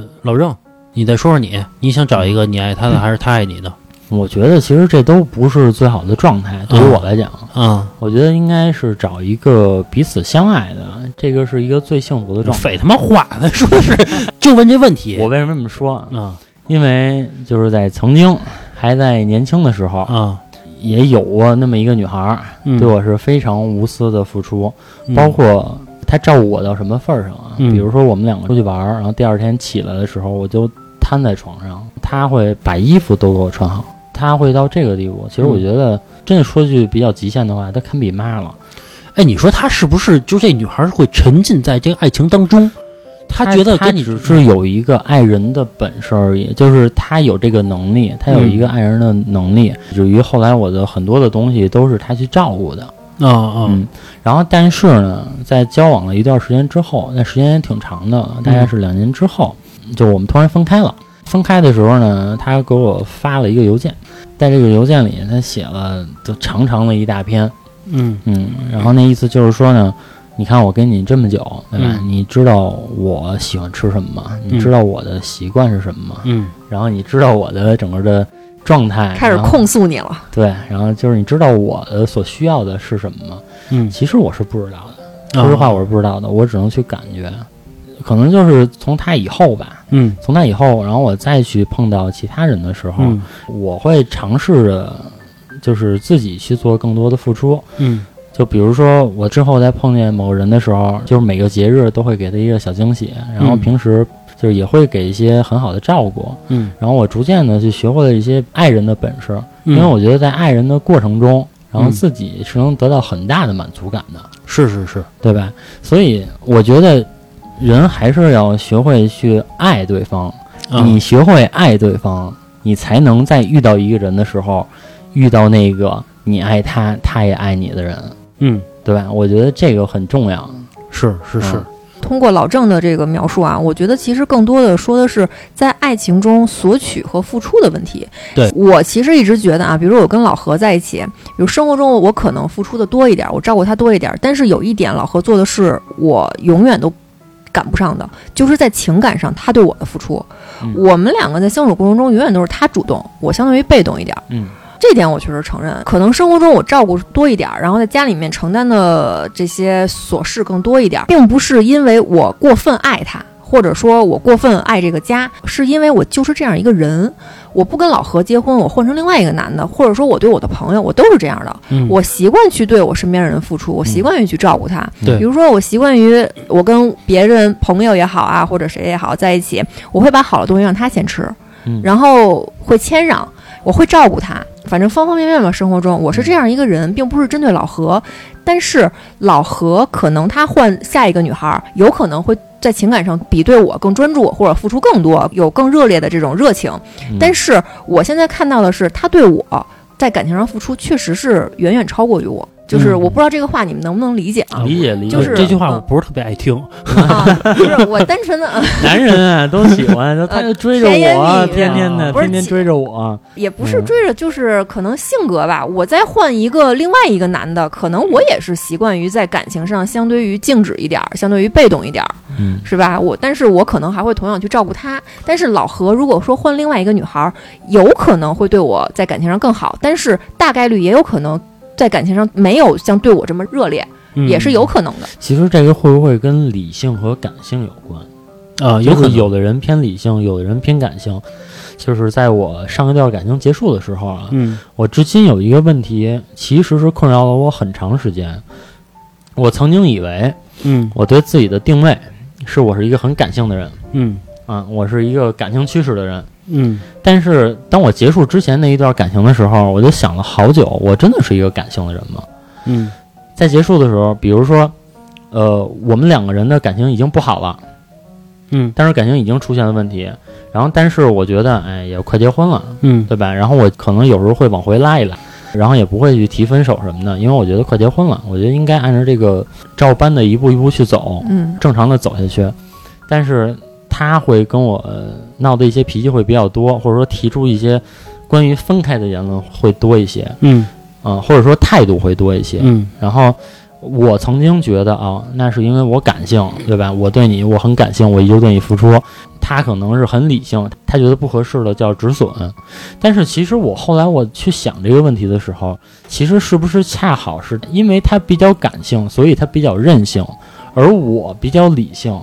[SPEAKER 3] 呃，老郑，你再说说你，你想找一个你爱他的还是他爱你的？
[SPEAKER 4] 我觉得其实这都不是最好的状态，对于我来
[SPEAKER 5] 嗯
[SPEAKER 4] 讲，
[SPEAKER 3] 啊，
[SPEAKER 4] 我觉得应该是找一个彼此相爱的，这个是一个最幸福的状态。
[SPEAKER 3] 废他妈话，咱说的是 就问这问题。
[SPEAKER 4] 我为什么这么说啊？
[SPEAKER 3] 啊
[SPEAKER 4] 因为就是在曾经还在年轻的时候，
[SPEAKER 3] 啊，
[SPEAKER 4] 也有过那么一个女孩儿，
[SPEAKER 3] 嗯
[SPEAKER 4] 对我是非常无私的付出，
[SPEAKER 3] 嗯
[SPEAKER 4] 包括她照顾我到什么份儿上啊？
[SPEAKER 3] 嗯
[SPEAKER 4] 比如说我们两个出去玩儿，然后第二天起来的时候，我就瘫在床上，她会把衣服都给我穿好，她会到这个地步。其实我觉得，真的说句比较极限的话，她堪比妈了。
[SPEAKER 3] 哎，你说他是不是就这女孩会沉浸在这个爱情当中？她觉得
[SPEAKER 4] 她
[SPEAKER 3] 跟你
[SPEAKER 4] 只是有一个爱人的本事而已，就是她有这个能力，她有一个爱人的能力，以至于后来我的很多的东西都是她去照顾的。
[SPEAKER 3] 啊啊
[SPEAKER 4] 嗯，然后但是呢，在交往了一段时间之后，那时间也挺长的，
[SPEAKER 5] 嗯
[SPEAKER 4] 大概是两年之后，就我们突然分开了。分开的时候呢，他给我发了一个邮件，在这个邮件里，他写了就长长的一大篇，
[SPEAKER 3] 嗯
[SPEAKER 4] 嗯，然后那意思就是说呢，你看我跟你这么久，对吧？
[SPEAKER 5] 嗯
[SPEAKER 4] 你知道我喜欢吃什么吗？你知道我的习惯是什么吗？
[SPEAKER 3] 嗯
[SPEAKER 4] 然后你知道我的整个的状态，
[SPEAKER 5] 开始
[SPEAKER 4] 然后
[SPEAKER 5] 控诉你了，
[SPEAKER 4] 对，然后就是你知道我的所需要的是什么吗？
[SPEAKER 3] 嗯，
[SPEAKER 4] 其实我是不知道的。说实话，我是不知道的，我只能去感觉，可能就是从他以后吧，
[SPEAKER 3] 嗯
[SPEAKER 4] 从他以后，然后我再去碰到其他人的时候，
[SPEAKER 3] 嗯
[SPEAKER 4] 我会尝试着，就是自己去做更多的付出。
[SPEAKER 3] 嗯
[SPEAKER 4] 就比如说，我之后再碰见某个人的时候，就是每个节日都会给他一个小惊喜，然后
[SPEAKER 3] 嗯
[SPEAKER 4] 平时就是也会给一些很好的照顾，
[SPEAKER 3] 嗯，
[SPEAKER 4] 然后我逐渐的去学会了一些爱人的本事，
[SPEAKER 3] 因
[SPEAKER 4] 因为我觉得在爱人的过程中，然
[SPEAKER 3] 嗯
[SPEAKER 4] 后自己是能得到很大的满足感的。
[SPEAKER 3] 是是是，
[SPEAKER 4] 对吧？所以我觉得人还是要学会去爱对方。
[SPEAKER 3] 啊
[SPEAKER 4] 你学会爱对方，你才能在遇到一个人的时候，遇到那个你爱他，他也爱你的人，
[SPEAKER 3] 嗯
[SPEAKER 4] 对吧？我觉得这个很重要。
[SPEAKER 3] 是是是
[SPEAKER 4] 嗯，
[SPEAKER 5] 通过老郑的这个描述啊，我觉得其实更多的说的是在爱情中索取和付出的问题。
[SPEAKER 3] 对
[SPEAKER 5] 我其实一直觉得啊，比如我跟老何在一起，比如生活中我可能付出的多一点，我照顾他多一点，但是有一点老何做的是我永远都赶不上的，就是在情感上他对我的付出。
[SPEAKER 4] 嗯
[SPEAKER 5] 我们两个在相处过程中，永远都是他主动，我相当于被动一点。
[SPEAKER 4] 嗯，
[SPEAKER 5] 这点我确实承认，可能生活中我照顾多一点儿，然后在家里面承担的这些琐事更多一点儿，并不是因为我过分爱他，或者说我过分爱这个家，是因为我就是这样一个人。我不跟老何结婚，我换成另外一个男的，或者说我对我的朋友，我都是这样的。
[SPEAKER 3] 嗯
[SPEAKER 5] 我习惯去对我身边的人付出，我习惯于去照顾他。
[SPEAKER 4] 对
[SPEAKER 5] 比如说我习惯于我跟别人朋友也好啊，或者谁也好在一起，我会把好的东西让他先吃，
[SPEAKER 4] 嗯
[SPEAKER 5] 然后会谦让，我会照顾他，反正方方面面吧。生活中我是这样一个人，并不是针对老何，但是老何可能他换下一个女孩儿，有可能会。在情感上比对我更专注，或者付出更多，有更热烈的这种热情。但
[SPEAKER 4] 是
[SPEAKER 5] 是我现在看到的是，他对我在感情上付出确实是远远超过于我。就是
[SPEAKER 3] 嗯
[SPEAKER 5] 我不知道这个话你们能不能理解啊？
[SPEAKER 4] 理解理解，
[SPEAKER 5] 就是
[SPEAKER 3] 这句话
[SPEAKER 5] 嗯
[SPEAKER 3] 我不是特别爱听，
[SPEAKER 5] 啊，不是我单纯的，
[SPEAKER 4] 男人啊都喜欢，就 他就追着
[SPEAKER 5] 甜言蜜
[SPEAKER 4] 我，
[SPEAKER 5] 语
[SPEAKER 4] 天天的，
[SPEAKER 5] 不是
[SPEAKER 4] 天天追着我。
[SPEAKER 5] 也不是
[SPEAKER 4] 嗯
[SPEAKER 5] 追着，就是可能性格吧。我再换一个另外一个男的，可能我也是习惯于在感情上相对于静止一点儿，相对于被动一点儿，
[SPEAKER 4] 嗯，
[SPEAKER 5] 是吧？我，但是我可能还会同样去照顾他。但是老何如果说换另外一个女孩儿，有可能会对我在感情上更好，但是大概率也有可能在感情上没有像对我这么热烈，
[SPEAKER 3] 嗯
[SPEAKER 5] 也是有可能的。
[SPEAKER 4] 其实这个会不会跟理性和感性有关？
[SPEAKER 3] 啊，
[SPEAKER 4] 有
[SPEAKER 3] 有可能
[SPEAKER 4] 有的人偏理性，有的人偏感性。就是在我上一段感情结束的时候啊，
[SPEAKER 3] 嗯
[SPEAKER 4] 我至今有一个问题，其实是困扰了我很长时间。我曾经以为
[SPEAKER 3] 嗯
[SPEAKER 4] 我对自己的定位是我是一个很感性的人
[SPEAKER 3] 嗯
[SPEAKER 4] 啊，我是一个感情驱使的人。
[SPEAKER 3] 嗯
[SPEAKER 4] 但是当我结束之前那一段感情的时候，我就想了好久，我真的是一个感性的人吗？
[SPEAKER 3] 嗯
[SPEAKER 4] 在结束的时候，比如说，呃，我们两个人的感情已经不好了，
[SPEAKER 3] 嗯
[SPEAKER 4] 但是感情已经出现了问题，然后但是我觉得，哎，也快结婚了，
[SPEAKER 3] 嗯
[SPEAKER 4] 对吧？然后我可能有时候会往回拉一拉，然后也不会去提分手什么的，因为我觉得快结婚了，我觉得应该按照这个照搬的一步一步去走，
[SPEAKER 5] 嗯
[SPEAKER 4] 正常的走下去。但是他会跟我呃闹的一些脾气会比较多，或者说提出一些关于分开的言论会多一些，
[SPEAKER 3] 嗯
[SPEAKER 4] 嗯、或者说态度会多一些。
[SPEAKER 3] 嗯
[SPEAKER 4] 然后我曾经觉得啊，那是因为我感性，对吧？我对你我很感性，我就对你付出。他可能是很理性，他觉得不合适的叫止损。但是其实我后来我去想这个问题的时候，其实是不是恰好是因为他比较感性，所以他比较任性，而我比较理性，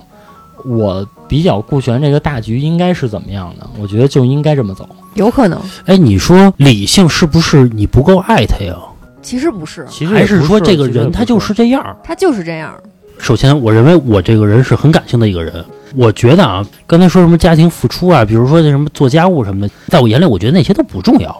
[SPEAKER 4] 我比较顾全这个大局应该是怎么样的？我觉得就应该这么走。
[SPEAKER 5] 有可能，
[SPEAKER 3] 哎，你说理性是不是你不够爱他呀？
[SPEAKER 5] 其实不是，
[SPEAKER 4] 其实也
[SPEAKER 3] 还是
[SPEAKER 4] 不
[SPEAKER 3] 说这个
[SPEAKER 4] 其实也
[SPEAKER 3] 人他
[SPEAKER 4] 不
[SPEAKER 3] 就是这样儿？
[SPEAKER 5] 他就是这样。
[SPEAKER 3] 首先，我认为我这个人是很感性的一个人。我觉得啊，刚才说什么家庭付出啊，比如说那什么做家务什么的，在我眼里，我觉得那些都不重要，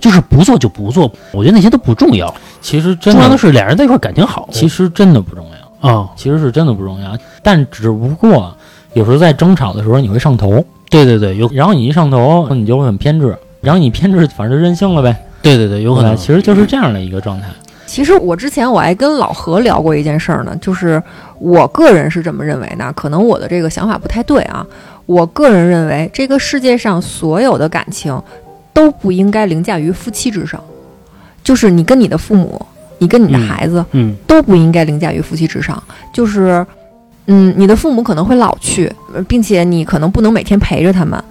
[SPEAKER 3] 就是不做就不做。我觉得那些都不重要，
[SPEAKER 4] 其实真
[SPEAKER 3] 重要的
[SPEAKER 4] 的，
[SPEAKER 3] 是俩人在一块儿感情好。
[SPEAKER 4] 其实真的不重要。
[SPEAKER 3] 啊，
[SPEAKER 4] 其实是真的不重要，但只不过有时候在争吵的时候你会上头，
[SPEAKER 3] 对对对，有
[SPEAKER 4] 然后你一上头你就会很偏执，然后你偏执反正就任性了呗，
[SPEAKER 3] 对对对，有可
[SPEAKER 4] 对
[SPEAKER 3] 能
[SPEAKER 4] 吧其实就是这样的一个状态。
[SPEAKER 5] 其实我之前我还跟老何聊过一件事儿呢，就是我个人是这么认为的，可能我的这个想法不太对啊。我个人认为，这个世界上所有的感情都不应该凌驾于夫妻之上，就是你跟你的父母，你跟你的
[SPEAKER 3] 嗯
[SPEAKER 5] 孩子，
[SPEAKER 3] 嗯
[SPEAKER 5] 都不应该凌驾于夫妻之上。就是，嗯，你的父母可能会老去，呃并且你可能不能每天陪着他们。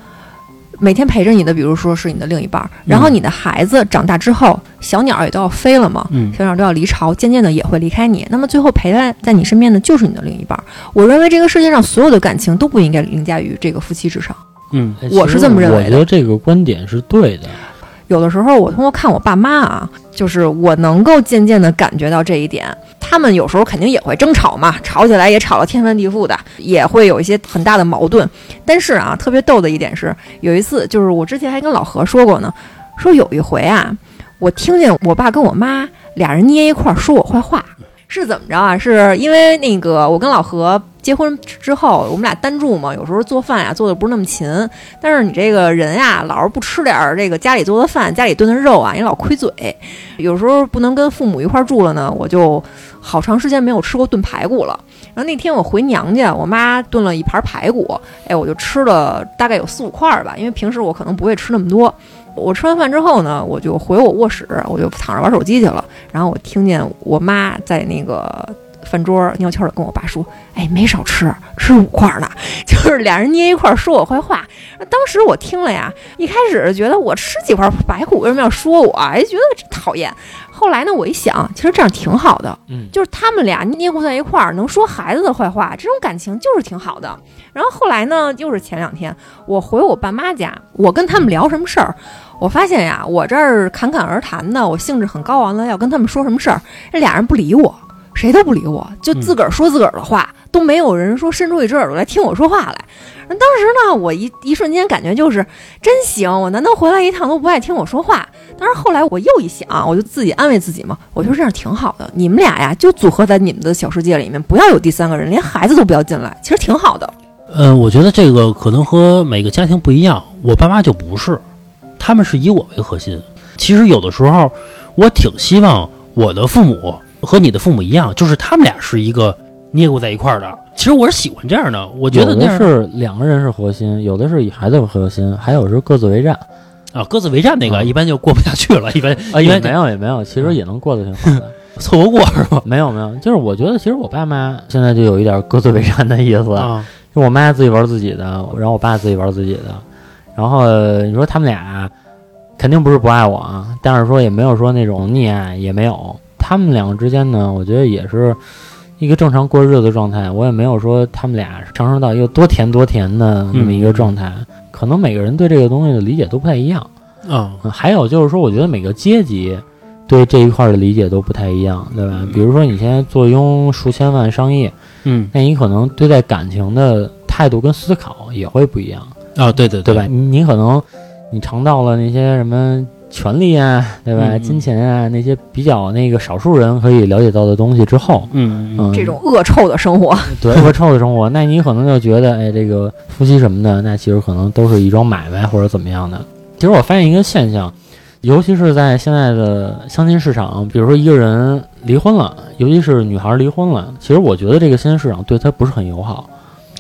[SPEAKER 5] 每天陪着你的，比如说是你的另一半儿，然后你的孩子长大之后，小鸟也都要飞了嘛，
[SPEAKER 3] 嗯
[SPEAKER 5] 小鸟都要离巢，渐渐的也会离开你。那么最后陪在在你身边的就是你的另一半儿。我认为这个世界上所有的感情都不应该凌驾于这个夫妻之上。
[SPEAKER 3] 嗯
[SPEAKER 4] 哎
[SPEAKER 5] 我是这么认为的
[SPEAKER 4] 其实我觉得这个观点是对的，
[SPEAKER 5] 有的时候我通过看我爸妈啊，就是我能够渐渐的感觉到这一点。他们有时候肯定也会争吵嘛，吵起来也吵到天翻地覆的，也会有一些很大的矛盾。但是啊，特别逗的一点是，有一次就是我之前还跟老何说过呢，说有一回啊，我听见我爸跟我妈俩人捏一块儿说我坏话，是怎么着啊？是因为那个我跟老何结婚之后，我们俩单住嘛，有时候做饭啊做的不是那么勤，但是你这个人呀，老是不吃点儿这个家里做的饭，家里炖的肉啊，你老亏嘴。有时候不能跟父母一块儿住了呢，我就好长时间没有吃过炖排骨了。然后那天我回娘家，我妈炖了一盘排骨，哎，我就吃了大概有四五块儿吧，因为平时我可能不会吃那么多。我吃完饭之后呢，我就回我卧室，我就躺着玩手机去了。然后我听见我妈在那个饭桌儿悄悄的跟我爸说：“哎，没少吃，吃五块儿呢。” 就是俩人捏一块儿说我坏话。当时我听了呀，一开始觉得我吃几块白骨为什么要说我啊，哎，觉得真讨厌。后来呢，我一想，其实这样挺好的，
[SPEAKER 4] 嗯，
[SPEAKER 5] 就是他们俩捏合在一块儿，能说孩子的坏话，这种感情就是挺好的。然后后来呢，又是前两天我回我爸妈家，我跟他们聊什么事儿，我发现呀，我这儿侃侃而谈的，我兴致很高昂的要跟他们说什么事儿，这俩人不理我，谁都不理我，就自个儿说自个儿的话，都没有人说伸出一只耳朵来听我说话来。当时呢，我一一瞬间感觉就是真行，我难道回来一趟都不爱听我说话？但是后来我又一想，我就自己安慰自己嘛，我觉得这样挺好的。你们俩呀，就组合在你们的小世界里面，不要有第三个人，连孩子都不要进来，其实挺好的。
[SPEAKER 3] 呃，我觉得这个可能和每个家庭不一样。我爸妈就不是，他们是以我为核心。其实有的时候，我挺希望我的父母和你的父母一样，就是他们俩是一个捏过在一块儿的。其实我是喜欢这样的，我觉得
[SPEAKER 4] 有
[SPEAKER 3] 那
[SPEAKER 4] 的
[SPEAKER 3] 样
[SPEAKER 4] 是两个人是核心，有的是以孩子为核心，还有是各自为战。
[SPEAKER 3] 啊，各自为战那个
[SPEAKER 4] 嗯
[SPEAKER 3] 一般就过不下去了，一般
[SPEAKER 4] 啊，
[SPEAKER 3] 一
[SPEAKER 4] 也
[SPEAKER 3] 般
[SPEAKER 4] 没有也没有，其实也能过得挺 好的。
[SPEAKER 3] 凑合过是吧？
[SPEAKER 4] 没有没有，就是我觉得其实我爸妈现在就有一点各自为战的意思了。
[SPEAKER 3] 啊，
[SPEAKER 4] 就我妈自己玩自己的，然后我爸自己玩自己的，然后呃你说他们俩肯定不是不爱我啊，但是说也没有说那种溺爱，也没有。他们两个之间呢，我觉得也是一个正常过日子的状态，我也没有说他们俩上升到一个多甜多甜的那么一个状态。可能每个人对这个东西的理解都不太一样。
[SPEAKER 3] 啊，
[SPEAKER 4] 嗯还有就是说，我觉得每个阶级对这一块儿的理解都不太一样，对吧？比如说你现在坐拥数千万商业，
[SPEAKER 3] 嗯
[SPEAKER 4] 那你可能对待感情的态度跟思考也会不一样，
[SPEAKER 3] 啊，对对
[SPEAKER 4] 对吧？？你你可能你尝到了那些什么权利啊，对吧？
[SPEAKER 3] 嗯嗯
[SPEAKER 4] 金钱啊，那些比较那个少数人可以了解到的东西之后，
[SPEAKER 3] 嗯嗯
[SPEAKER 4] 嗯，
[SPEAKER 5] 这种恶臭的生活，
[SPEAKER 4] 对恶臭的生活，那你可能就觉得，哎，这个夫妻什么的，那其实可能都是一桩买卖或者怎么样的。其实我发现一个现象，尤其是在现在的相亲市场，比如说一个人离婚了，尤其是女孩离婚了，其实我觉得这个相亲市场对她不是很友好。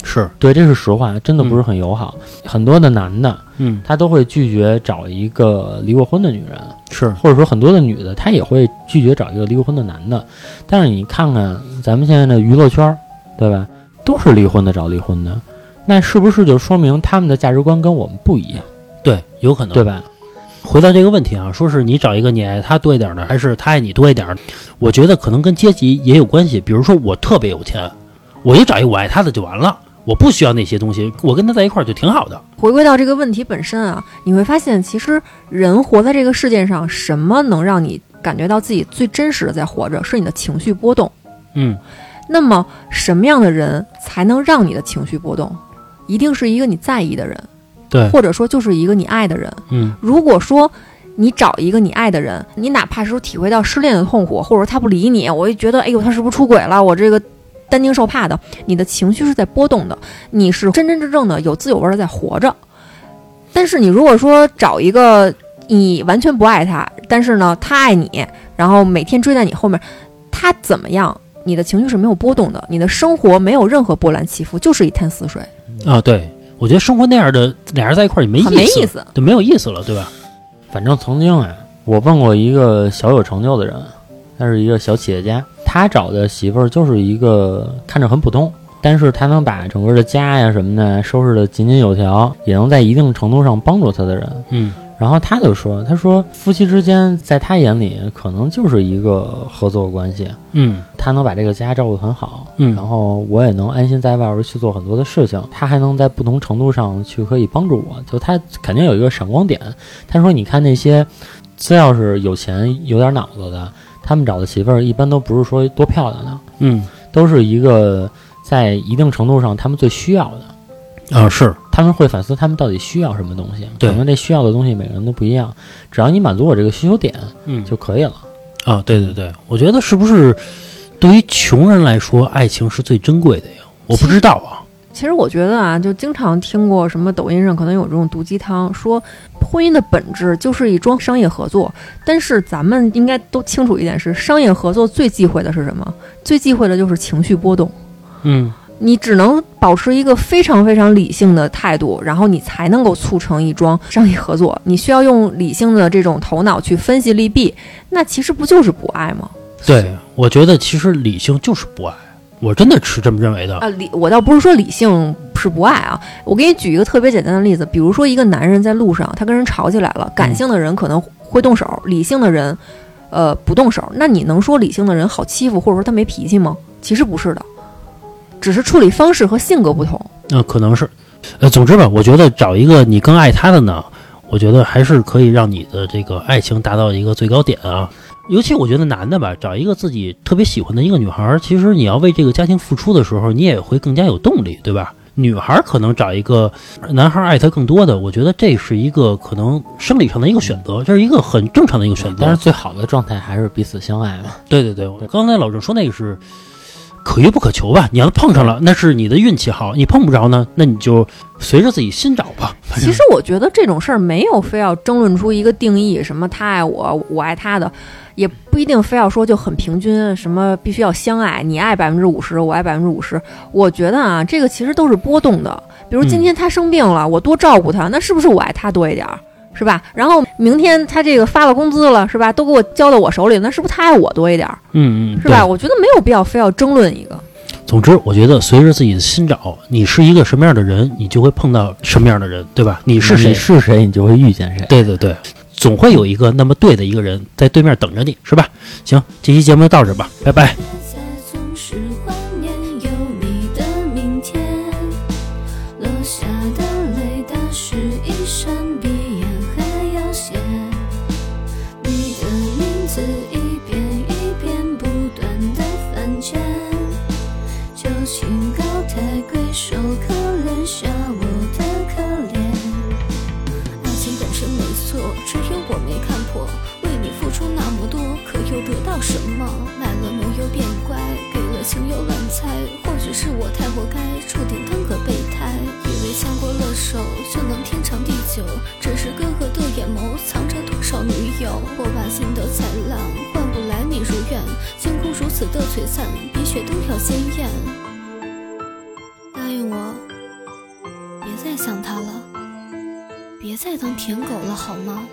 [SPEAKER 3] 是，
[SPEAKER 4] 对，这是实话，真的不是很友好。很多的男的
[SPEAKER 3] 嗯
[SPEAKER 4] 他都会拒绝找一个离过婚的女人，
[SPEAKER 3] 是，
[SPEAKER 4] 或者说很多的女的她也会拒绝找一个离过婚的男的。但是你看看咱们现在的娱乐圈儿，对吧？都是离婚的找离婚的，那是不是就说明他们的价值观跟我们不一样，
[SPEAKER 3] 对，有可能，
[SPEAKER 4] 对吧？
[SPEAKER 3] 回到这个问题啊，说是你找一个你爱他多一点的，还是他爱你多一点儿？我觉得可能跟阶级也有关系。比如说我特别有钱，我就找一个我爱他的就完了，我不需要那些东西，我跟他在一块儿就挺好的。
[SPEAKER 5] 回归到这个问题本身啊，你会发现，其实人活在这个世界上，什么能让你感觉到自己最真实的在活着？是你的情绪波动。
[SPEAKER 3] 嗯，
[SPEAKER 5] 那么，什么样的人才能让你的情绪波动？一定是一个你在意的人，
[SPEAKER 3] 对，
[SPEAKER 5] 或者说就是一个你爱的人。
[SPEAKER 3] 嗯
[SPEAKER 5] 如果说你找一个你爱的人，你哪怕是体会到失恋的痛苦，或者他不理你，我就觉得哎呦他是不是出轨了，我这个担惊受怕的，你的情绪是在波动的，你是真真正正的有滋有味的在活着。但是你如果说找一个你完全不爱他，但是呢他爱你，然后每天追在你后面，他怎么样？你的情绪是没有波动的，你的生活没有任何波澜起伏，就是一滩死水，
[SPEAKER 3] 啊，对，我觉得生活那样的俩人在一块儿也没意思，
[SPEAKER 5] 很没意思。
[SPEAKER 3] 对，没有意思了，对吧？
[SPEAKER 4] 反正曾经啊，我问过一个小有成就的人，他是一个小企业家，他找的媳妇儿就是一个看着很普通，但是他能把整个的家呀什么的收拾的井井有条，也能在一定程度上帮助他的人。
[SPEAKER 3] 嗯
[SPEAKER 4] 然后他就说：“他说夫妻之间，在他眼里可能就是一个合作关系，
[SPEAKER 3] 嗯
[SPEAKER 4] 他能把这个家照顾得很好，
[SPEAKER 3] 嗯
[SPEAKER 4] 然后我也能安心在外边去做很多的事情，他还能在不同程度上去可以帮助我，就他肯定有一个闪光点。他说，你看那些，只要是有钱有点脑子的，他们找的媳妇儿一般都不是说多漂亮的，
[SPEAKER 3] 嗯
[SPEAKER 4] 都是一个在一定程度上他们最需要的。
[SPEAKER 3] 啊，是
[SPEAKER 4] 他们会反思他们到底需要什么东西，
[SPEAKER 3] 对
[SPEAKER 4] 可能这需要的东西每个人都不一样，只要你满足我这个需求点
[SPEAKER 3] 嗯
[SPEAKER 4] 就可以了。
[SPEAKER 3] 啊，对对对，我觉得是不是对于穷人来说，爱情是最珍贵的呀？我不知道啊，
[SPEAKER 5] 其实我觉得啊，就经常听过什么抖音上可能有这种毒鸡汤，说婚姻的本质就是一桩商业合作。但是咱们应该都清楚一点是，商业合作最忌讳的是什么？最忌讳的就是情绪波动。
[SPEAKER 3] 嗯
[SPEAKER 5] 你只能保持一个非常非常理性的态度，然后你才能够促成一桩商业合作。你需要用理性的这种头脑去分析利弊，那其实不就是不爱吗？
[SPEAKER 3] 对，我觉得其实理性就是不爱，我真的是这么认为的。
[SPEAKER 5] 啊，理我倒不是说理性是不爱啊，我给你举一个特别简单的例子，比如说一个男人在路上，他跟人吵起来了，感性的人可能会动手，理性的人，呃，不动手。那你能说理性的人好欺负，或者说他没脾气吗？其实不是的，只是处理方式和性格不同。
[SPEAKER 3] 那、可能是，呃，总之吧，我觉得找一个你更爱他的呢，我觉得还是可以让你的这个爱情达到一个最高点啊。尤其我觉得男的吧，找一个自己特别喜欢的一个女孩儿，其实你要为这个家庭付出的时候，你也会更加有动力，对吧？女孩儿可能找一个男孩儿爱她更多的，我觉得这是一个可能生理上的一个选择，这是一个很正常的一个选择。
[SPEAKER 4] 但是最好的状态还是彼此相爱嘛。
[SPEAKER 3] 对对对，我刚才老郑说那个是可遇不可求吧？你要碰上了，那是你的运气好；你碰不着呢，那你就随着自己心找吧。反正
[SPEAKER 5] 其实我觉得这种事儿没有非要争论出一个定义，什么他爱我，我爱他的，也不一定非要说就很平均，什么必须要相爱，你爱百分之五十，我爱百分之五十。我觉得啊，这个其实都是波动的。比如今天他生病了，我多照顾他，那是不是我爱他多一点儿？是吧？然后明天他这个发了工资了，是吧？都给我交到我手里，那是不是他爱我多一点儿？
[SPEAKER 3] 嗯嗯，
[SPEAKER 5] 是吧？我觉得没有必要非要争论一个。
[SPEAKER 3] 对？总之，我觉得随着自己的心找，你是一个什么样的人，你就会碰到什么样的人，对吧？你是谁
[SPEAKER 4] 你？是谁，你就会遇见谁。
[SPEAKER 3] 对对对，总会有一个那么对的一个人在对面等着你，是吧？行，这期节目就到这吧，拜拜。
[SPEAKER 2] 大家总是怀念有你的明天，落下的泪打湿衣衫，比眼还要咸。你的名字一遍一遍不断的翻圈，就
[SPEAKER 6] 兴高抬贵手，可怜下我的可怜。
[SPEAKER 2] 爱情本身没错，只有我没看破。为你付出那么多，可又得到什么？买了牛又变乖，给了情又乱猜。或许是我太活该，注定当个备胎。以为牵过了手就能天长地久，只是哥哥的眼眸藏着多少女友。我把心的踩烂，换不来你如愿。天空如此的璀璨，比雪都要鲜艳。答应我，别再想他了。别再当舔狗了好吗？